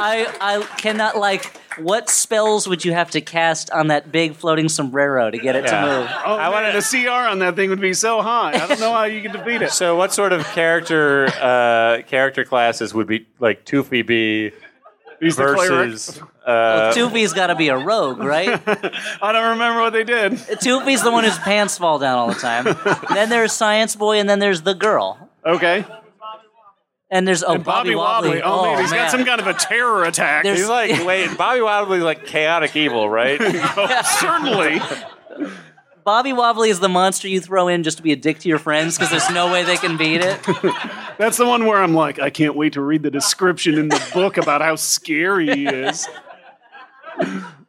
Speaker 2: I I cannot like. What spells would you have to cast on that big floating sombrero to get it
Speaker 3: Yeah.
Speaker 2: to move?
Speaker 4: Oh, I
Speaker 3: wanna-
Speaker 4: wanted the CR on that thing would be so high. I don't know how you could defeat it.
Speaker 3: So, what sort of character uh, character classes would be like Toofy be
Speaker 4: He's the cleric.
Speaker 3: versus uh,
Speaker 2: Toofy's got to be a rogue, right?
Speaker 4: I don't remember what they did.
Speaker 2: Toofy's the one whose pants fall down all the time. then there's Science Boy, and then there's the girl.
Speaker 4: Okay.
Speaker 2: And there's oh,
Speaker 4: And Bobby, Wobbly. Oh, man, he's got some kind of a terror attack.
Speaker 2: There's-
Speaker 3: He's like, wait, Bobby Wildly's like chaotic evil, right?
Speaker 4: Certainly.
Speaker 2: Bobby Wobbly is the monster you throw in just to be a dick to your friends because there's no way they can beat it.
Speaker 4: That's the one where I'm like, I can't wait to read the description in the book about how scary he is.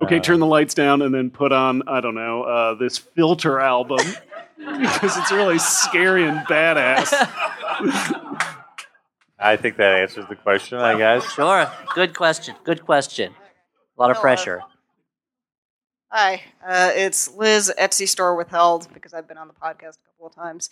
Speaker 4: Okay, turn the lights down and then put on, I don't know, uh, this filter album because it's really scary and badass.
Speaker 3: I think that answers the question, I guess.
Speaker 2: Sure. Good question. Good question. A lot of pressure.
Speaker 10: Hi, uh, it's Liz, Etsy store withheld because I've been on the podcast a couple of times.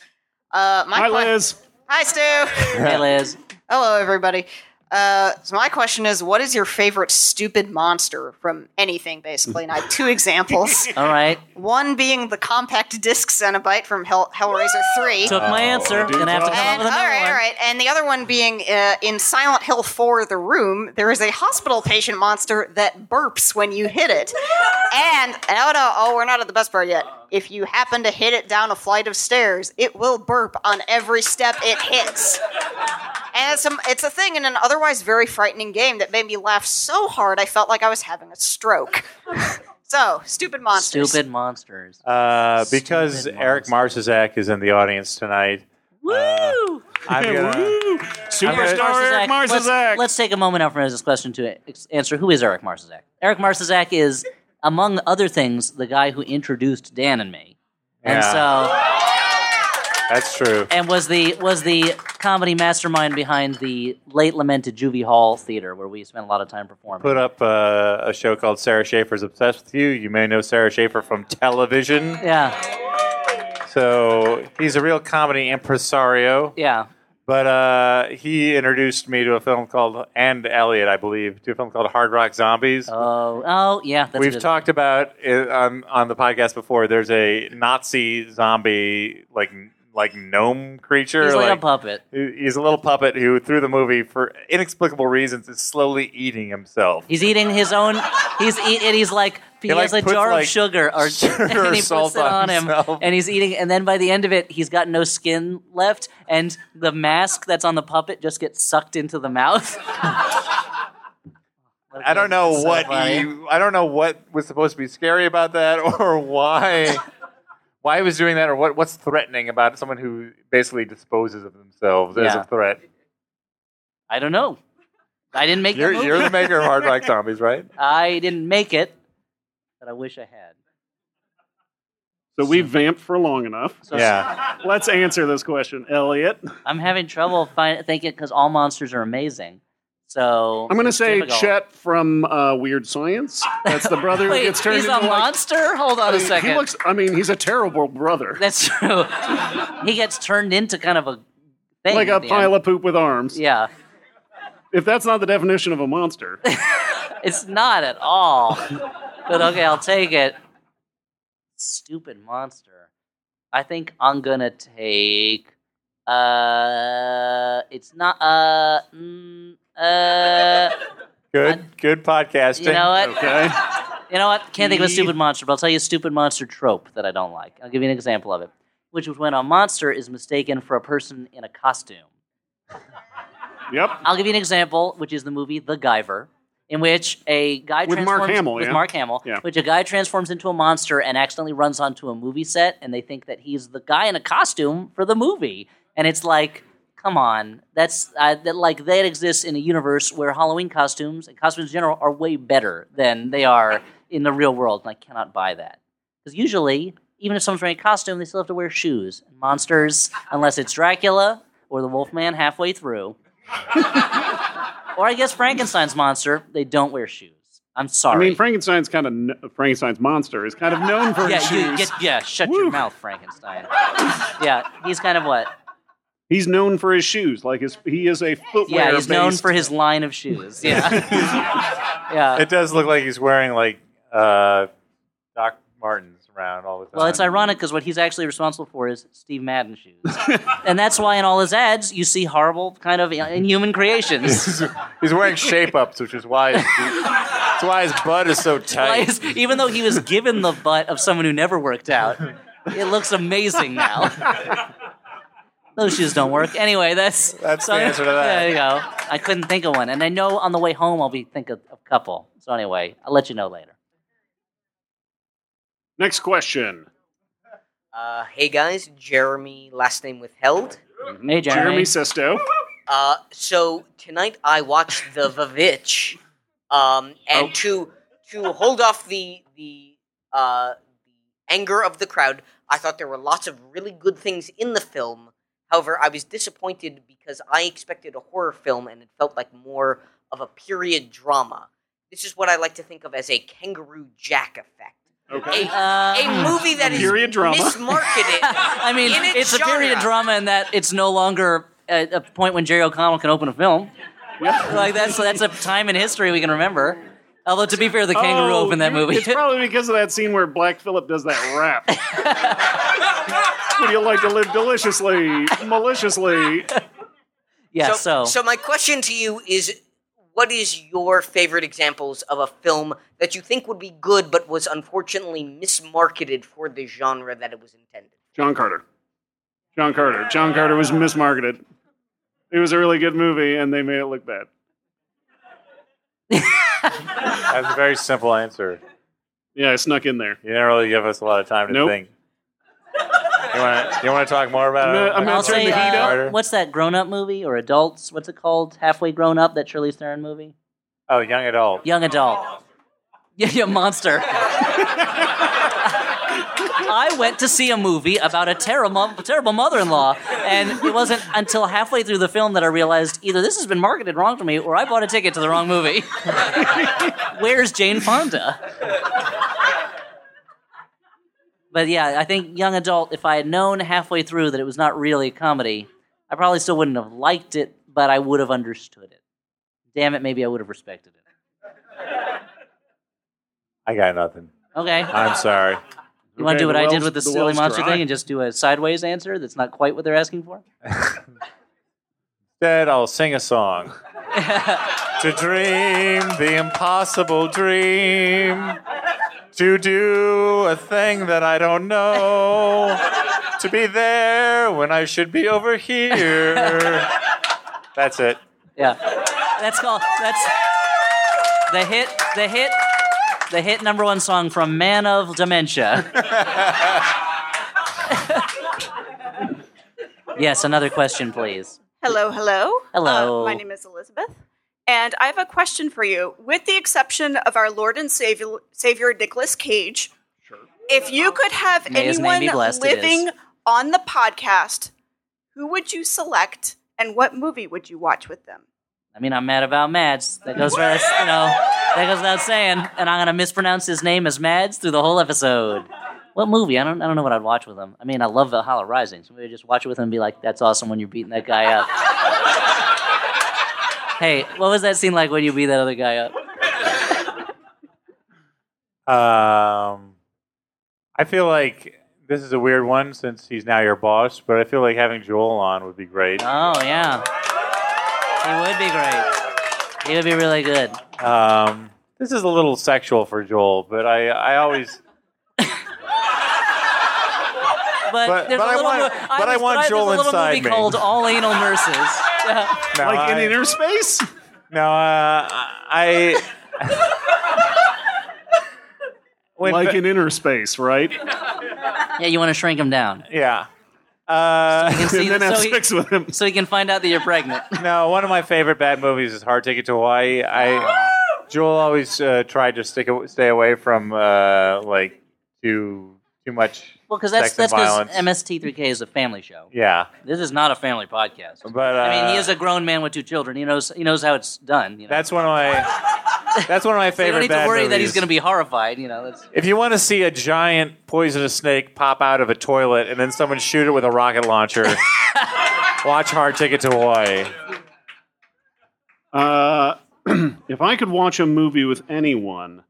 Speaker 10: Uh, my
Speaker 4: Hi,
Speaker 10: que-
Speaker 4: Liz.
Speaker 10: Hi, Stu.
Speaker 2: Hey, Liz.
Speaker 10: Hello, everybody. Uh, so my question is, what is your favorite stupid monster from anything, basically? And I have two examples.
Speaker 2: All right.
Speaker 10: One being the compact disc Cenobite from Hell- Hellraiser 3.
Speaker 2: Took
Speaker 3: Uh,
Speaker 2: my answer. Gonna have to come up
Speaker 10: And,
Speaker 2: with
Speaker 10: all
Speaker 2: another
Speaker 10: right,
Speaker 2: one.
Speaker 10: all right. And the other one being uh, in Silent Hill 4, The Room, there is a hospital patient monster that burps when you hit it. And, oh no, oh, we're not at the best part yet. If you happen to hit it down a flight of stairs, it will burp on every step it hits. And it's a, it's a thing in an otherwise very frightening game that made me laugh so hard I felt like I was having a stroke. so, stupid monsters.
Speaker 2: Stupid monsters.
Speaker 3: Uh, because
Speaker 2: Stupid
Speaker 3: Eric Marczak is in the audience tonight,
Speaker 2: Woo!
Speaker 3: I'm gonna.
Speaker 4: Superstar Eric
Speaker 2: let's,
Speaker 4: Marzizak.
Speaker 2: let's take a moment out for this question to ex- answer who is Eric Marzizak. Eric Marzizak is, among other things, the guy who introduced Dan and me. And
Speaker 3: Yeah.
Speaker 2: so,
Speaker 3: That's true.
Speaker 2: and was the was the comedy mastermind behind the late lamented Juvie Hall Theater, where we spent a lot of time performing.
Speaker 3: Put up uh, a show called Sarah Schaefer's Obsessed with You. You may know Sarah Schaefer from television.
Speaker 2: yeah,
Speaker 3: So he's a real comedy impresario.
Speaker 2: yeah.
Speaker 3: But uh, he introduced me to a film called, and Elliot, I believe, to a film called Hard Rock Zombies.
Speaker 2: Oh, oh, yeah. That's
Speaker 3: We've
Speaker 2: good.
Speaker 3: talked about it on on the podcast before. There's a Nazi zombie like like gnome creature.
Speaker 2: He's like,
Speaker 3: like-
Speaker 2: a puppet.
Speaker 3: he- He's a little puppet who, through the movie, for inexplicable reasons, is slowly eating himself.
Speaker 2: He's eating his own. He's eat, and he's like he,
Speaker 3: like,
Speaker 2: has a
Speaker 3: puts,
Speaker 2: jar
Speaker 3: like,
Speaker 2: of sugar or
Speaker 3: sugar or
Speaker 2: and he
Speaker 3: salt
Speaker 2: puts it on
Speaker 3: on
Speaker 2: him
Speaker 3: himself.
Speaker 2: and he's eating and then by the end of it he's got no skin left and the mask that's on the puppet just gets sucked into the mouth.
Speaker 3: I don't know
Speaker 2: So
Speaker 3: what
Speaker 2: funny.
Speaker 3: he, I don't know what was supposed to be scary about that, or why why he was doing that, or what what's threatening about someone who basically disposes of themselves as
Speaker 2: Yeah.
Speaker 3: a threat.
Speaker 2: I don't know. I didn't make
Speaker 3: You're
Speaker 2: the movie.
Speaker 3: you're the maker of Hard Rock Zombies, right?
Speaker 2: I didn't make it, but I wish I had.
Speaker 4: So we vamped for long enough.
Speaker 2: So
Speaker 3: yeah.
Speaker 4: Let's answer this question, Elliot.
Speaker 2: I'm having trouble find, thinking because all monsters are amazing. So
Speaker 4: I'm going to
Speaker 2: it's
Speaker 4: say
Speaker 2: difficult.
Speaker 4: Chet from uh, Weird Science. That's the brother
Speaker 2: Wait,
Speaker 4: who gets turned
Speaker 2: he's
Speaker 4: into
Speaker 2: a
Speaker 4: like,
Speaker 2: monster. Hold on a second.
Speaker 4: He looks. I mean, he's a terrible brother.
Speaker 2: That's true. he gets turned into kind of a thing.
Speaker 4: Like a
Speaker 2: at the
Speaker 4: pile
Speaker 2: end.
Speaker 4: of poop with arms.
Speaker 2: Yeah,
Speaker 4: If that's not the definition of a monster,
Speaker 2: it's not at all. but okay, I'll take it. Stupid monster. I think I'm gonna take. Uh, it's not. Uh, mm, uh.
Speaker 3: Good good podcasting.
Speaker 2: You know what?
Speaker 4: okay.
Speaker 2: You know what? Can't think of a stupid monster, but I'll tell you a stupid monster trope that I don't like. I'll give you an example of it, which is when a monster is mistaken for a person in a costume.
Speaker 4: Yep.
Speaker 2: I'll give you an example, which is the movie The Guyver, in which a guy
Speaker 4: With Mark
Speaker 2: transforms
Speaker 4: Hamill,
Speaker 2: with
Speaker 4: yeah.
Speaker 2: Mark Hamill,
Speaker 4: Yeah.
Speaker 2: which a guy transforms into a monster and accidentally runs onto a movie set, and they think that he's the guy in a costume for the movie, and it's like, come on, that's uh, that like that exists in a universe where Halloween costumes and costumes in general are way better than they are in the real world, and I cannot buy that because usually. Even if someone's wearing a costume, they still have to wear shoes. Monsters, unless it's Dracula or the Wolfman halfway through, or I guess Frankenstein's monster, they don't wear shoes. I'm
Speaker 4: I
Speaker 2: sorry.
Speaker 4: mean, Frankenstein's kind of kn- Frankenstein's monster is kind of known for
Speaker 2: yeah,
Speaker 4: his
Speaker 2: you
Speaker 4: shoes.
Speaker 2: get yeah, shut your mouth, Frankenstein. yeah, he's kind of what?
Speaker 4: he's known for his shoes. Like his, he is a footwear.
Speaker 2: Yeah, he's known
Speaker 4: based-
Speaker 2: for his line of shoes. Yeah. yeah.
Speaker 3: It does look like he's wearing like uh, Doc Martens, around all the time.
Speaker 2: Well, it's ironic because what he's actually responsible for is Steve Madden shoes, and that's why in all his ads you see horrible kind of inhuman creations.
Speaker 3: He's wearing shape ups, which is why his, that's why his butt is so tight.
Speaker 2: Like, even though he was given the butt of someone who never worked out, it looks amazing now. Those shoes don't work. Anyway, that's
Speaker 3: That's the answer to that.
Speaker 2: There you go. I couldn't think of one, and I know on the way home I'll be think of a couple. So anyway, I'll let you know later.
Speaker 4: Next question.
Speaker 11: Uh, hey guys, Jeremy, last name withheld.
Speaker 2: Hey,
Speaker 4: Jeremy
Speaker 2: Jeremy.
Speaker 4: Sesto.
Speaker 11: Uh, so tonight I watched the Vavitch, um,
Speaker 4: Oh.
Speaker 11: and to to hold off the the uh, the anger of the crowd, I thought there were lots of really good things in the film. However, I was disappointed because I expected a horror film, and it felt like more of a period drama. This is what I like to think of as a Kangaroo Jack effect.
Speaker 4: Okay.
Speaker 11: A- a movie that is
Speaker 4: Um, Period drama.
Speaker 11: mismarketed.
Speaker 2: I mean,
Speaker 11: in
Speaker 2: it's a period
Speaker 11: genre.
Speaker 2: drama in that it's no longer at a point when Jerry O'Connell can open a film. like that's that's a time in history we can remember. Although to be fair, the kangaroo
Speaker 4: Oh,
Speaker 2: opened that
Speaker 4: you-
Speaker 2: movie.
Speaker 4: It's probably because of that scene where Black Phillip does that rap. Would you like to live deliciously, maliciously?
Speaker 2: yeah, so,
Speaker 11: my question to you is what is your favorite examples of a film that you think would be good but was unfortunately mismarketed for the genre that it was intended?
Speaker 4: John Carter. John Carter. John Carter was mismarketed. It was a really good movie, and they made it look bad.
Speaker 3: That's a very simple answer.
Speaker 4: Yeah, I snuck in there.
Speaker 3: You didn't really give us a lot of time to
Speaker 4: Nope.
Speaker 3: think. You want to you want to talk more about
Speaker 4: I'm
Speaker 3: it?
Speaker 4: gonna- I'm
Speaker 2: I'll
Speaker 4: gonna turn
Speaker 2: say,
Speaker 4: the heat
Speaker 2: uh,
Speaker 4: up.
Speaker 3: Carter?
Speaker 2: what's that grown-up movie or adults? What's it called? Halfway grown up, that Charlize Theron movie?
Speaker 3: oh, young adult.
Speaker 2: Young adult. Yeah, yeah, monster. I went to see a movie about a terrible, terrible mother-in-law, and it wasn't until halfway through the film that I realized either this has been marketed wrong to me, or I bought a ticket to the wrong movie. Where's Jane Fonda? But yeah, I think young adult. If I had known halfway through that it was not really a comedy, I probably still wouldn't have liked it, but I would have understood it. Damn it, maybe I would have respected it.
Speaker 3: I got nothing.
Speaker 2: Okay.
Speaker 3: I'm sorry.
Speaker 2: You want
Speaker 4: Okay,
Speaker 2: to do what
Speaker 4: the
Speaker 2: I
Speaker 4: well's-
Speaker 2: did with the,
Speaker 4: the
Speaker 2: silly
Speaker 4: well's
Speaker 2: monster
Speaker 4: dry.
Speaker 2: thing and just do a sideways answer that's not quite what they're asking for?
Speaker 3: Instead, I'll sing a song. to dream the impossible dream. To do a thing that I don't know. to be there when I should be over here. That's it.
Speaker 2: Yeah. That's called that's the hit the hit the hit number one song from Man of Dementia. yes, another question, please.
Speaker 12: Hello, hello.
Speaker 2: Hello.
Speaker 12: Uh, my name is Elizabeth, and I have a question for you. With the exception of our Lord and Savior, Savior Nicolas Cage, if you could have
Speaker 2: May his name
Speaker 12: anyone
Speaker 2: be blessed, it
Speaker 12: living
Speaker 2: is.
Speaker 12: on the podcast, who would you select, and what movie would you watch with them?
Speaker 2: I mean I'm mad about Mads. That goes for us, you know that goes without saying. And I'm gonna mispronounce his name as Mads through the whole episode. What movie? I don't I don't know what I'd watch with him. I mean I love Valhalla Rising, so maybe just watch it with him and be like, that's awesome when you're beating that guy up. hey, what was that scene like when you beat that other guy up?
Speaker 3: Um, I feel like this is a weird one since he's now your boss, but I feel like having Joel on would be great.
Speaker 2: Oh yeah. He would be great. He would be really good.
Speaker 3: Um, this is a little sexual for Joel, but I, I always.
Speaker 2: But,
Speaker 3: But-
Speaker 2: there's
Speaker 3: but
Speaker 2: a
Speaker 3: I
Speaker 2: little
Speaker 3: want-
Speaker 2: mo-
Speaker 3: but I
Speaker 2: was-
Speaker 3: want
Speaker 2: there's
Speaker 3: Joel
Speaker 2: a little
Speaker 3: inside
Speaker 2: movie
Speaker 3: me.
Speaker 2: called All Anal Nurses. Yeah.
Speaker 3: No,
Speaker 4: Like in
Speaker 3: I-
Speaker 4: inner space?
Speaker 3: No, uh, I. When-
Speaker 4: like in inner space, right?
Speaker 2: Yeah, you want to shrink him down.
Speaker 3: yeah. Uh,
Speaker 2: You can see
Speaker 4: and then
Speaker 2: that-
Speaker 4: have
Speaker 2: so, he,
Speaker 4: sex with him.
Speaker 2: so he can find out that you're pregnant.
Speaker 3: no, one of my favorite bad movies is Hard Ticket to Hawaii. I Joel always uh, tried to stick aw- stay away from uh, like too too much.
Speaker 2: Well, because that's
Speaker 3: sex and
Speaker 2: that's because
Speaker 3: violence.
Speaker 2: MST3K is a family show.
Speaker 3: yeah,
Speaker 2: This is not a family podcast.
Speaker 3: but uh,
Speaker 2: I mean, he is a grown man with two children. He knows he knows how it's done. You know?
Speaker 3: That's one of my. That's one of my
Speaker 2: you
Speaker 3: favorite.
Speaker 2: don't need to
Speaker 3: bad
Speaker 2: worry that
Speaker 3: movies.
Speaker 2: he's going to be horrified. You know, that's,
Speaker 3: If you want to see a giant poisonous snake pop out of a toilet and then someone shoot it with a rocket launcher, watch Hard Ticket to Hawaii.
Speaker 4: Uh, if I could watch a movie with anyone,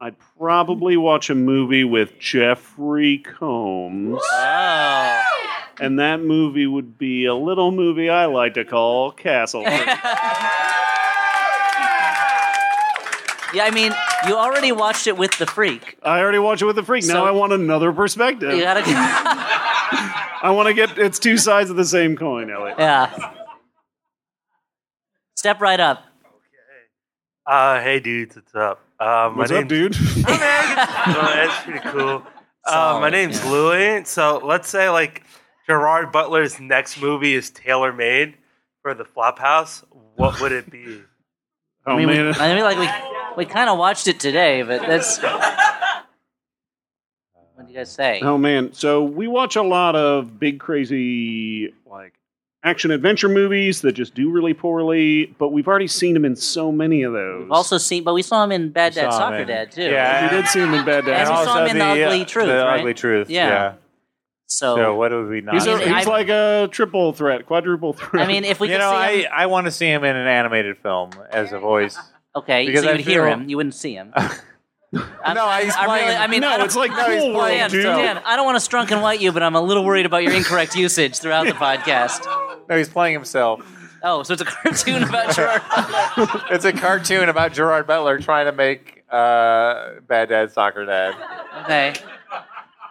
Speaker 4: I'd probably watch a movie with Jeffrey Combs. And that movie would be a little movie I like to call Castle.
Speaker 2: Yeah, I mean, you already watched it with the freak.
Speaker 4: I already watched it with the freak. now
Speaker 2: So-
Speaker 4: I want another perspective.
Speaker 2: You gotta.
Speaker 4: I want to get it's two sides of the same coin, Elliot.
Speaker 2: Uh, Yeah. Step right up.
Speaker 6: Uh, hey, dudes, what's up? Uh, my
Speaker 4: What's up,
Speaker 6: name's-
Speaker 4: dude?
Speaker 6: well, that's pretty cool. Uh, my name's Louie. So let's say like Gerard Butler's next movie is tailor made for the Flophouse. What would it be?
Speaker 2: I
Speaker 4: Oh,
Speaker 2: mean, we- I mean, like we we kind of watched it today, but that's. what do you guys say?
Speaker 4: Oh man, so we watch a lot of big crazy like action adventure movies that just do really poorly, but we've already seen him in so many of those.
Speaker 2: We've also seen, but we saw him in Bad
Speaker 4: We
Speaker 2: Dad
Speaker 4: saw
Speaker 2: Soccer
Speaker 4: him in-
Speaker 2: Dad too.
Speaker 4: Yeah. We did see him in Bad
Speaker 2: And
Speaker 4: Dad.
Speaker 2: we
Speaker 4: And
Speaker 2: saw
Speaker 4: also
Speaker 2: him in
Speaker 4: the,
Speaker 2: the,
Speaker 4: uh,
Speaker 2: Ugly Truth.
Speaker 4: The
Speaker 2: right?
Speaker 4: Ugly Truth, yeah.
Speaker 2: So,
Speaker 3: So what would we not?
Speaker 4: he's, a,
Speaker 3: I mean,
Speaker 4: he's
Speaker 3: I-
Speaker 4: like a triple threat, quadruple threat.
Speaker 3: you know, I I want to see him in an animated film as a voice.
Speaker 2: Okay,
Speaker 3: Because
Speaker 2: so
Speaker 3: I
Speaker 2: you'd hear
Speaker 3: feel-
Speaker 2: him, you wouldn't see him. no,
Speaker 3: he's playing-
Speaker 2: I mean,
Speaker 3: No,
Speaker 2: I don't-
Speaker 3: it's like No, he's Cool World,
Speaker 2: Dan,
Speaker 3: dude.
Speaker 2: Dan, I don't want to strunk and white you, but I'm a little worried about your incorrect usage throughout the podcast.
Speaker 3: No, he's playing himself.
Speaker 2: Oh, so it's a cartoon about Gerard.
Speaker 3: it's a cartoon about Gerard Butler trying to make uh, Bad Dad Soccer Dad.
Speaker 2: Okay.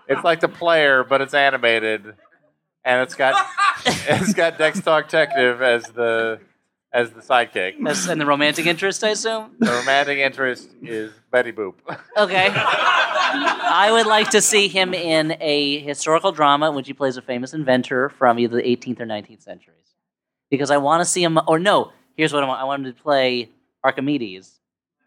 Speaker 3: It's like the player, but it's animated, and it's got it's got Dex Talk Detective as the as the sidekick.
Speaker 2: That's- and the romantic interest, I assume.
Speaker 3: The romantic interest is Betty Boop.
Speaker 2: Okay. I would like to see him in a historical drama in which he plays a famous inventor from either the 18th or 19th centuries. Because I want to see him, or no, here's what I want. I want him to play Archimedes.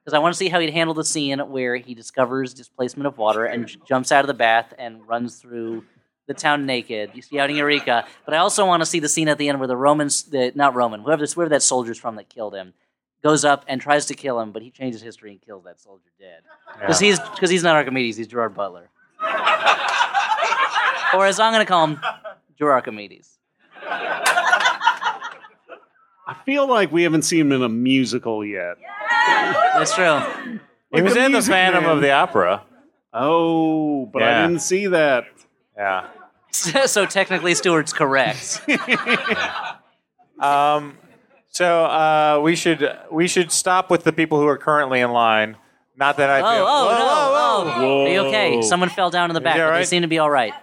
Speaker 2: Because I want to see how he'd handle the scene where he discovers displacement of water and j- jumps out of the bath and runs through the town naked, shouting Eureka. But I also want to see the scene at the end where the Romans, the, not Roman, whoever, this, whoever that soldier's from that killed him, goes up and tries to kill him, but he changes history and kills that soldier dead. Because he's because he's not Archimedes, he's Gerard Butler. or as I'm gonna call him, Gerard Archimedes.
Speaker 4: I feel like we haven't seen him in a musical yet.
Speaker 2: That's true.
Speaker 3: He was in the Phantom of the Opera.
Speaker 4: Oh, but I
Speaker 3: Yeah.
Speaker 4: didn't see that.
Speaker 3: Yeah.
Speaker 2: so technically Stewart's correct.
Speaker 3: Um, so uh, we should we should stop with the people who are currently in line. Not that I
Speaker 2: oh,
Speaker 3: feel.
Speaker 2: oh, no,
Speaker 3: Whoa, whoa,
Speaker 2: oh.
Speaker 3: whoa.
Speaker 2: Are you okay? Someone fell down in the back,
Speaker 3: You
Speaker 2: but they
Speaker 3: alright?
Speaker 2: seem to be all right.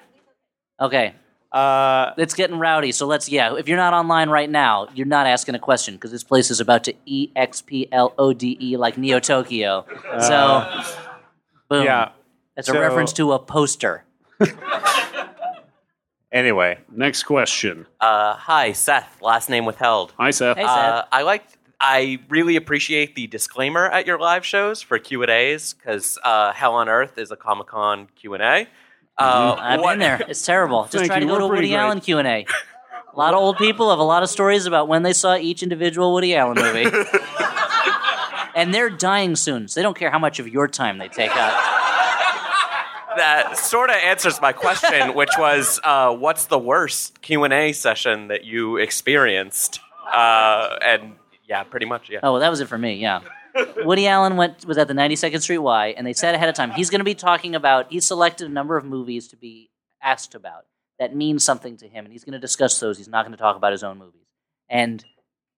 Speaker 2: Okay.
Speaker 3: Uh,
Speaker 2: it's getting rowdy, so let's, yeah, if you're not online right now, you're not asking a question because this place is about to E X P L O D E like Neo Tokyo. So,
Speaker 3: Uh,
Speaker 2: boom.
Speaker 3: yeah.
Speaker 2: That's a
Speaker 3: So-
Speaker 2: reference to a poster.
Speaker 3: Anyway,
Speaker 4: next question.
Speaker 13: Uh, hi, Seth. Last name withheld.
Speaker 4: Hi, Seth.
Speaker 2: Hey, Seth.
Speaker 13: Uh, I liked. I really appreciate the disclaimer at your live shows for Q and A's because uh, Hell on Earth is a Comic Con Q and A. Uh,
Speaker 2: I've
Speaker 13: what-
Speaker 2: been Mm-hmm. there. It's terrible. Just
Speaker 13: Thank
Speaker 2: try to
Speaker 13: you.
Speaker 2: go
Speaker 13: We're
Speaker 2: to a
Speaker 13: pretty
Speaker 2: Woody
Speaker 13: great.
Speaker 2: Allen Q and A. A lot of old people have a lot of stories about when they saw each individual Woody Allen movie, and they're dying soon, so they don't care how much of your time they take up.
Speaker 13: that sort of answers my question, which was, uh, what's the worst Q and A session that you experienced? Uh, and yeah, pretty much. Yeah.
Speaker 2: Oh, well, that was it for me. Yeah. Woody Allen went was at the 92nd Street Y, and they said ahead of time he's going to be talking about. He selected a number of movies to be asked about that means something to him, and he's going to discuss those. He's not going to talk about his own movies. And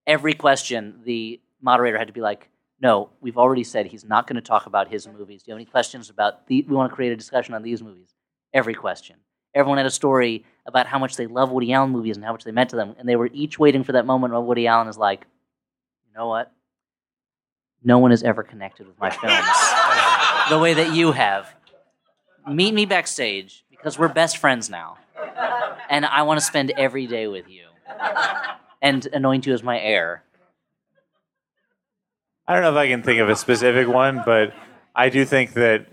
Speaker 2: every question, the moderator had to be like, "No, we've already said he's not going to talk about his movies. Do you have any questions about the? We want to create a discussion on these movies." Every question. Everyone had a story about how much they love Woody Allen movies and how much they meant to them, and they were each waiting for that moment when Woody Allen is like, "You know what? No one has ever connected with my films the way that you have. Meet me backstage because we're best friends now, and I want to spend every day with you and anoint you as my heir."
Speaker 3: I don't know if I can think of a specific one, but I do think that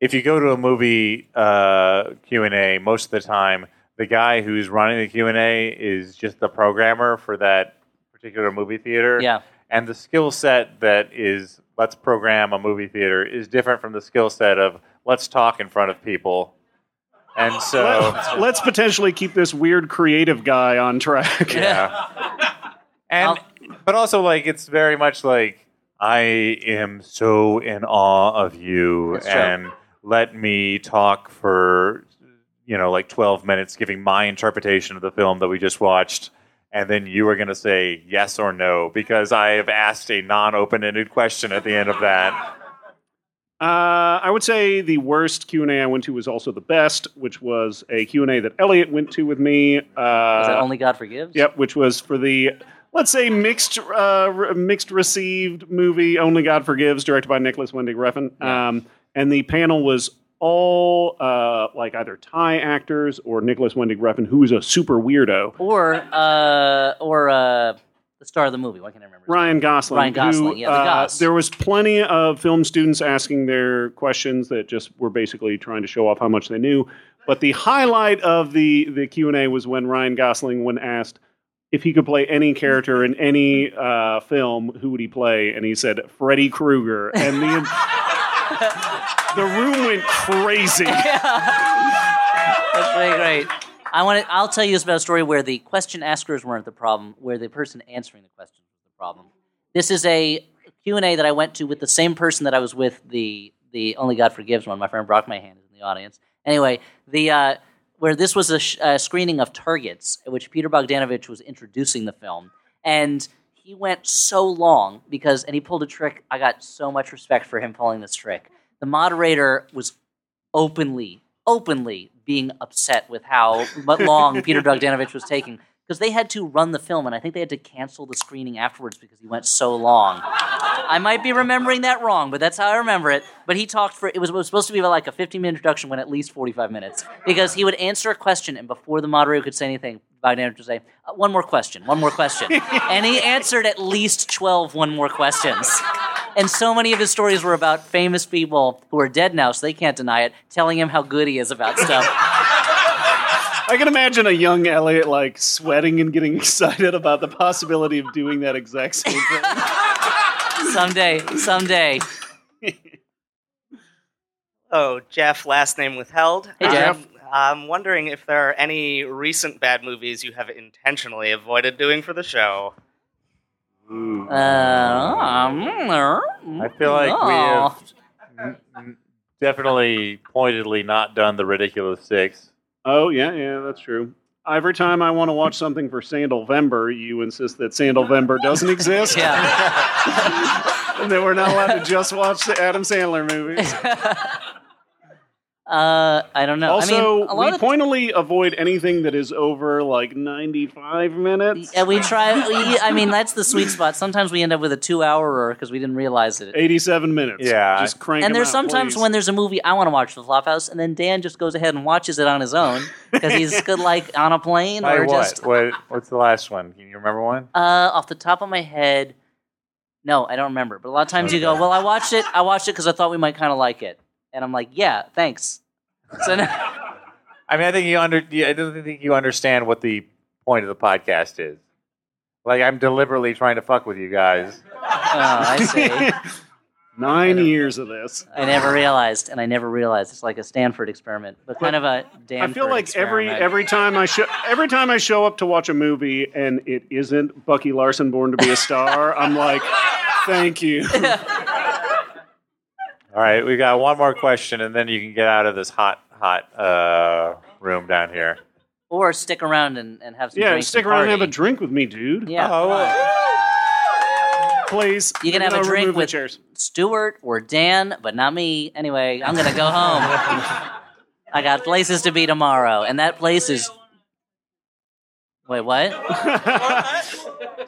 Speaker 3: if you go to a movie uh, Q and A, most of the time the guy who's running the Q and A is just the programmer for that particular movie theater.
Speaker 2: Yeah.
Speaker 3: And the skill set that is let's program a movie theater is different from the skill set of let's talk in front of people. And
Speaker 6: Oh.
Speaker 3: so
Speaker 4: Let, us potentially keep this weird creative guy on track.
Speaker 3: Yeah. and but also like it's very much like I am so in awe of you,
Speaker 5: That's true.
Speaker 3: and let me talk for you know like twelve minutes, giving my interpretation of the film that we just watched, and then you are going to say yes or no because I have asked a non-open-ended question at the end of that.
Speaker 4: Uh, I would say the worst Q and A I went to was also the best, which was a Q and A that Elliot went to with me. Uh,
Speaker 2: Is that only God forgives?
Speaker 4: Yep, which was for the let's say mixed uh, re- mixed received movie Only God Forgives, directed by Nicholas Winding Refn. Um, and the panel was all uh, like either Thai actors or Nicholas Winding Refn, who is a super weirdo.
Speaker 2: Or uh, or uh, the star of the movie. Why can't I remember?
Speaker 4: Ryan Gosling.
Speaker 2: Ryan Gosling,
Speaker 4: who,
Speaker 2: yeah, the
Speaker 4: uh,
Speaker 2: Gos.
Speaker 4: There was plenty of film students asking their questions that just were basically trying to show off how much they knew. But the highlight of the the Q and A was when Ryan Gosling, when asked if he could play any character in any uh, film, who would he play? And he said Freddy Krueger, and the the room went crazy.
Speaker 2: That's pretty great. I want to, I'll tell you this about a story where the question askers weren't the problem, where the person answering the question was the problem. This is a Q&A that I went to with the same person that I was with the the Only God Forgives one. My friend Brock Mahan is in the audience. Anyway, the uh, where this was a sh- uh, screening of Targets, at which Peter Bogdanovich was introducing the film, and he went so long because and he pulled a trick. I got so much respect for him pulling this trick. The moderator was openly, openly being upset with how mu- long Peter Bogdanovich was taking because they had to run the film, and I think they had to cancel the screening afterwards because he went so long. I might be remembering that wrong, but that's how I remember it. But he talked for it was, it was supposed to be about like a 15 minute introduction, went at least 45 minutes because he would answer a question, and before the moderator could say anything, Bogdanovich would say, "Uh, "One more question, one more question," and he answered at least 12 one more questions. And so many of his stories were about famous people who are dead now, so they can't deny it, telling him how good he is about stuff.
Speaker 4: I can imagine a young Elliot like sweating and getting excited about the possibility of doing that exact same thing.
Speaker 2: someday, someday.
Speaker 14: Oh, Jeff, last name withheld.
Speaker 2: Hey, Jeff.
Speaker 14: Um, I'm wondering if there are any recent bad movies you have intentionally avoided doing for the show.
Speaker 2: Uh,
Speaker 3: I feel like we have n- n- definitely pointedly not done the ridiculous six.
Speaker 4: Oh yeah, yeah, that's true. Every time I want to watch something for Sandalvember, you insist that Sandalvember doesn't exist. and that we're not allowed to just watch the Adam Sandler movies.
Speaker 2: Uh, I don't know. I
Speaker 4: Also,
Speaker 2: mean, a lot
Speaker 4: we
Speaker 2: of
Speaker 4: pointedly avoid anything that is over like 95 minutes.
Speaker 2: Yeah, we try. We, I mean, that's the sweet spot. Sometimes we end up with a two-hour because we didn't realize it.
Speaker 4: 87 minutes.
Speaker 3: Yeah.
Speaker 4: Just crank
Speaker 2: and
Speaker 4: them
Speaker 2: there's
Speaker 4: out,
Speaker 2: sometimes
Speaker 4: please.
Speaker 2: when there's a movie I want to watch for the Flophouse, and then Dan just goes ahead and watches it on his own because he's good, like on a plane
Speaker 3: Like
Speaker 2: or
Speaker 3: what?
Speaker 2: just
Speaker 3: what? What's the last one? Can you remember one?
Speaker 2: uh, off the top of my head. No, I don't remember. But a lot of times you go, "Well, I watched it. I watched it because I thought we might kind of like it," and I'm like, "Yeah, thanks." So now,
Speaker 3: I mean, I think you under. yeah, I don't think you understand what the point of the podcast is. Like, I'm deliberately trying to fuck with you guys. Oh,
Speaker 2: I see.
Speaker 4: Nine years of this.
Speaker 2: I never realized, and I never realized it's like a Stanford experiment, but kind of a Danford
Speaker 4: I feel like every
Speaker 2: experiment.
Speaker 4: every time I show every time I show up to watch a movie and it isn't Bucky Larson Born to Be a Star, I'm like, thank you.
Speaker 3: All right, we got one more question, and then you can get out of this hot, hot uh, room down here.
Speaker 2: or stick around and, and have some
Speaker 4: yeah,
Speaker 2: drinks
Speaker 4: stick
Speaker 2: and
Speaker 4: around
Speaker 2: party.
Speaker 4: and have a oh, drink with me, dude.
Speaker 2: Yeah.
Speaker 3: Oh,
Speaker 4: Please.
Speaker 2: You can
Speaker 4: we're
Speaker 2: have a
Speaker 4: gonna
Speaker 2: drink
Speaker 4: remove the
Speaker 2: with
Speaker 4: chairs.
Speaker 2: Stuart or Dan, but not me. Anyway, I'm gonna go home. I got places to be tomorrow, and that place is. Wait, what?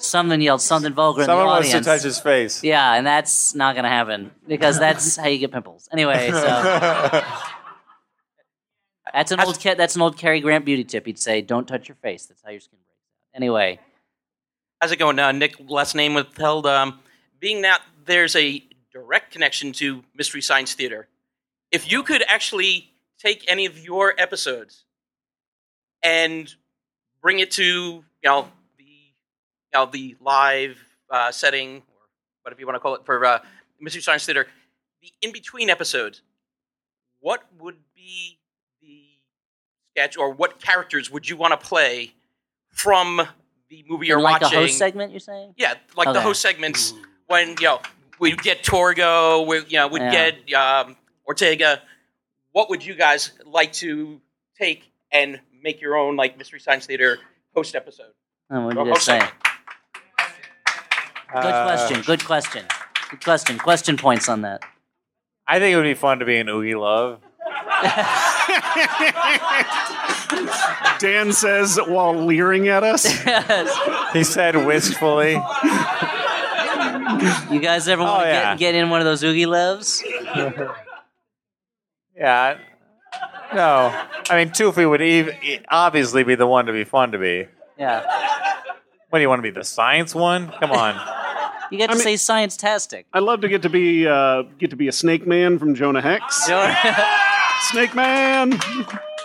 Speaker 2: Someone yelled something vulgar
Speaker 3: Someone
Speaker 2: in the
Speaker 3: wants
Speaker 2: audience.
Speaker 3: to touch his face.
Speaker 2: Yeah, and that's not gonna happen because that's how you get pimples. Anyway, so that's an old ca- that's an old Cary Grant beauty tip. He'd say, "Don't touch your face. That's how your skin breaks out." Anyway,
Speaker 14: How's it going, uh, Nick? Last name withheld. Um, being that there's a direct connection to Mystery Science Theater, if you could actually take any of your episodes and bring it to you know the you know the live uh, setting or whatever you want to call it for uh, Mystery Science Theater, the in between episodes, what would be the sketch or what characters would you want to play from the movie you're
Speaker 2: like
Speaker 14: watching?
Speaker 2: a host segment, you're saying?
Speaker 14: Yeah, like the
Speaker 2: Okay.
Speaker 14: host segments when yo we'd get Torgo. We, you know, we'd
Speaker 2: Yeah.
Speaker 14: get um, Ortega. What would you guys like to take and make your own like Mystery Science Theater host episode?
Speaker 2: Oh, what
Speaker 14: Oh,
Speaker 2: did you guys say?
Speaker 14: okay.
Speaker 2: Good
Speaker 3: Uh,
Speaker 2: question. Good question. Good question. Question points on that.
Speaker 3: I think it would be fun to be an Oogie Love.
Speaker 4: Dan says while leering at us.
Speaker 3: He said wistfully.
Speaker 2: You guys ever want to
Speaker 3: Oh, yeah.
Speaker 2: get, get in one of those Oogie Loves?
Speaker 3: Yeah. No. I mean, Toofy would ev- e- obviously be the one to be fun to be.
Speaker 2: Yeah.
Speaker 3: What do you want to be? The science one? Come on.
Speaker 2: You got to
Speaker 4: I mean-
Speaker 2: say science-tastic.
Speaker 4: I'd love to get to be uh, get to be a snake man from Jonah Hex. snake man.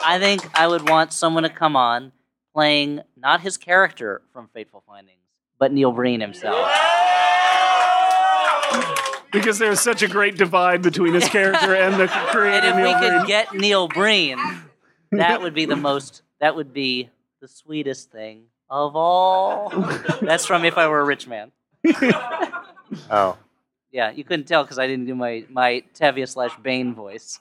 Speaker 2: I think I would want someone to come on playing not his character from Fateful Findings, but Neil Breen himself.
Speaker 4: Because there's such a great divide between his character and the
Speaker 2: And
Speaker 4: creator.
Speaker 2: if we
Speaker 4: Neil
Speaker 2: could
Speaker 4: Breen.
Speaker 2: get Neil Breen, that would be the most. That would be the sweetest thing of all. That's from If I Were a Rich Man.
Speaker 3: Oh.
Speaker 2: Yeah, you couldn't tell because I didn't do my my Tevye slash Bane voice.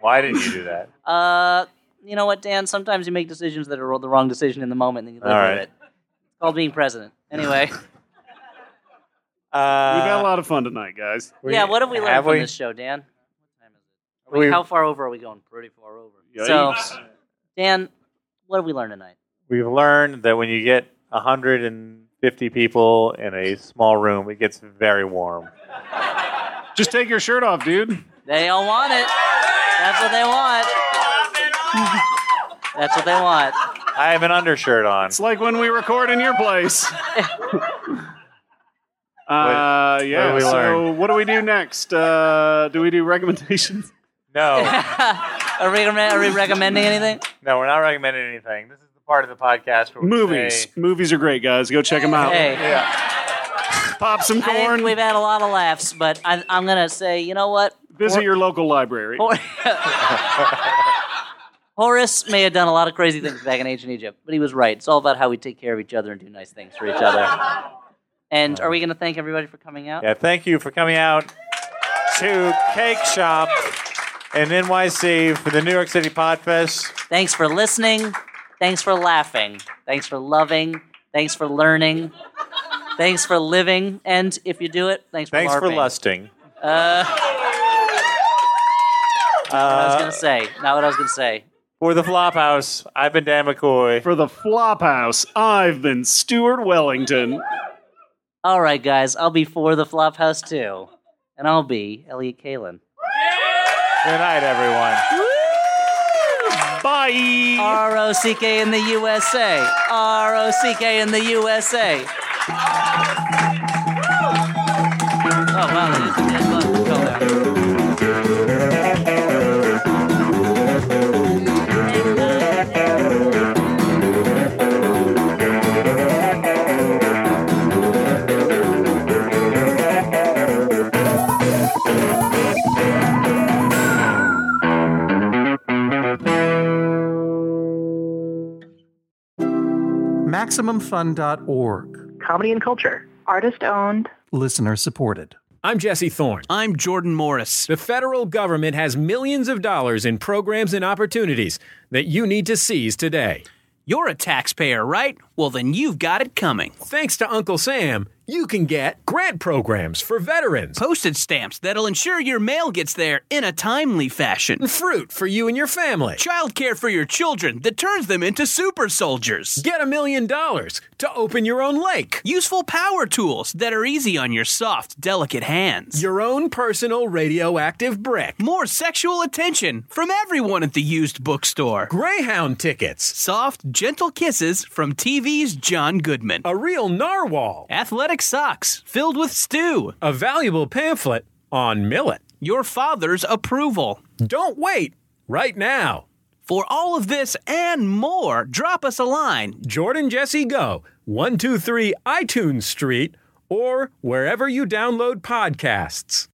Speaker 3: Why didn't you do that?
Speaker 2: Uh, you know what, Dan? Sometimes you make decisions that are the wrong decision in the moment, and then you live
Speaker 3: All
Speaker 2: with
Speaker 3: right.
Speaker 2: it. It's called being president. Anyway,
Speaker 4: We've had
Speaker 3: Uh,
Speaker 4: a lot of fun tonight, guys.
Speaker 2: yeah. What have we learned
Speaker 4: have
Speaker 2: from
Speaker 4: we?
Speaker 2: this show, Dan? What time is it? Are we,
Speaker 4: We-
Speaker 2: how far over are we going? Pretty far over. So,
Speaker 4: Yikes.
Speaker 2: Dan, what have we learned tonight?
Speaker 3: We've learned that when you get 150 people in a small room, it gets very warm.
Speaker 4: Just take your shirt off, dude.
Speaker 2: They all want it. That's what they want. That's what they want.
Speaker 3: I have an undershirt on.
Speaker 4: It's like when we record in your place. Uh, yeah.
Speaker 3: what did we
Speaker 4: so,
Speaker 3: learn?
Speaker 4: what do we do next? Uh, do we do recommendations?
Speaker 3: No,
Speaker 2: Are we, are we recommending anything?
Speaker 3: no, we're not recommending anything. This is the part of the podcast where we
Speaker 4: Movies.
Speaker 3: say-
Speaker 4: Movies are great, guys. Go check them out.
Speaker 2: Hey.
Speaker 4: Pop some
Speaker 2: corn. I think we've had a lot of laughs, but I, I'm going to say, you know what?
Speaker 4: Visit
Speaker 2: Hor-
Speaker 4: your local library.
Speaker 2: Horace may have done a lot of crazy things back in ancient Egypt, but he was right. It's all about how we take care of each other and do nice things for each other. And are we going to thank everybody for coming out?
Speaker 3: Yeah, thank you for coming out to Cake Shop in NYC for the New York City Podfest.
Speaker 2: Thanks for listening. Thanks for laughing. Thanks for loving. Thanks for learning. Thanks for living. And if you do it, thanks for
Speaker 3: Thanks for
Speaker 2: LARPing.
Speaker 3: lusting.
Speaker 2: Uh, I was
Speaker 3: Uh,
Speaker 2: gonna say. Not what I was gonna say.
Speaker 3: For the Flophouse, I've been Dan McCoy.
Speaker 4: For the Flophouse, I've been Stuart Wellington.
Speaker 2: All right, guys. I'll be for the Flophouse too, and I'll be Elliot Kalin.
Speaker 3: Good night, everyone.
Speaker 4: Bye.
Speaker 2: R O C K in the USA. R O C K in the USA. Oh wow, that is a dead button. Go there.
Speaker 15: MaximumFun.org. Comedy and culture. Artist owned. Listener supported.
Speaker 16: I'm Jesse Thorne. I'm Jordan Morris. The federal government has millions of dollars in programs and opportunities that you need to seize today. You're a taxpayer, right? Well, then you've got it coming. Thanks to Uncle Sam, you can get grant programs for veterans, postage stamps that'll ensure your mail gets there in a timely fashion, fruit for you and your family, childcare for your children that turns them into super soldiers. Get a million dollars to open your own lake, useful power tools that are easy on your soft, delicate hands, your own personal radioactive brick, more sexual attention from everyone at the used bookstore, Greyhound tickets, soft, gentle kisses from TV's John Goodman, a real narwhal, athletic socks filled with stew, a valuable pamphlet on millet, your father's approval. Don't wait, right now. For all of this and more, drop us a line. Jordan Jesse Go, 123 iTunes Street, or wherever you download podcasts.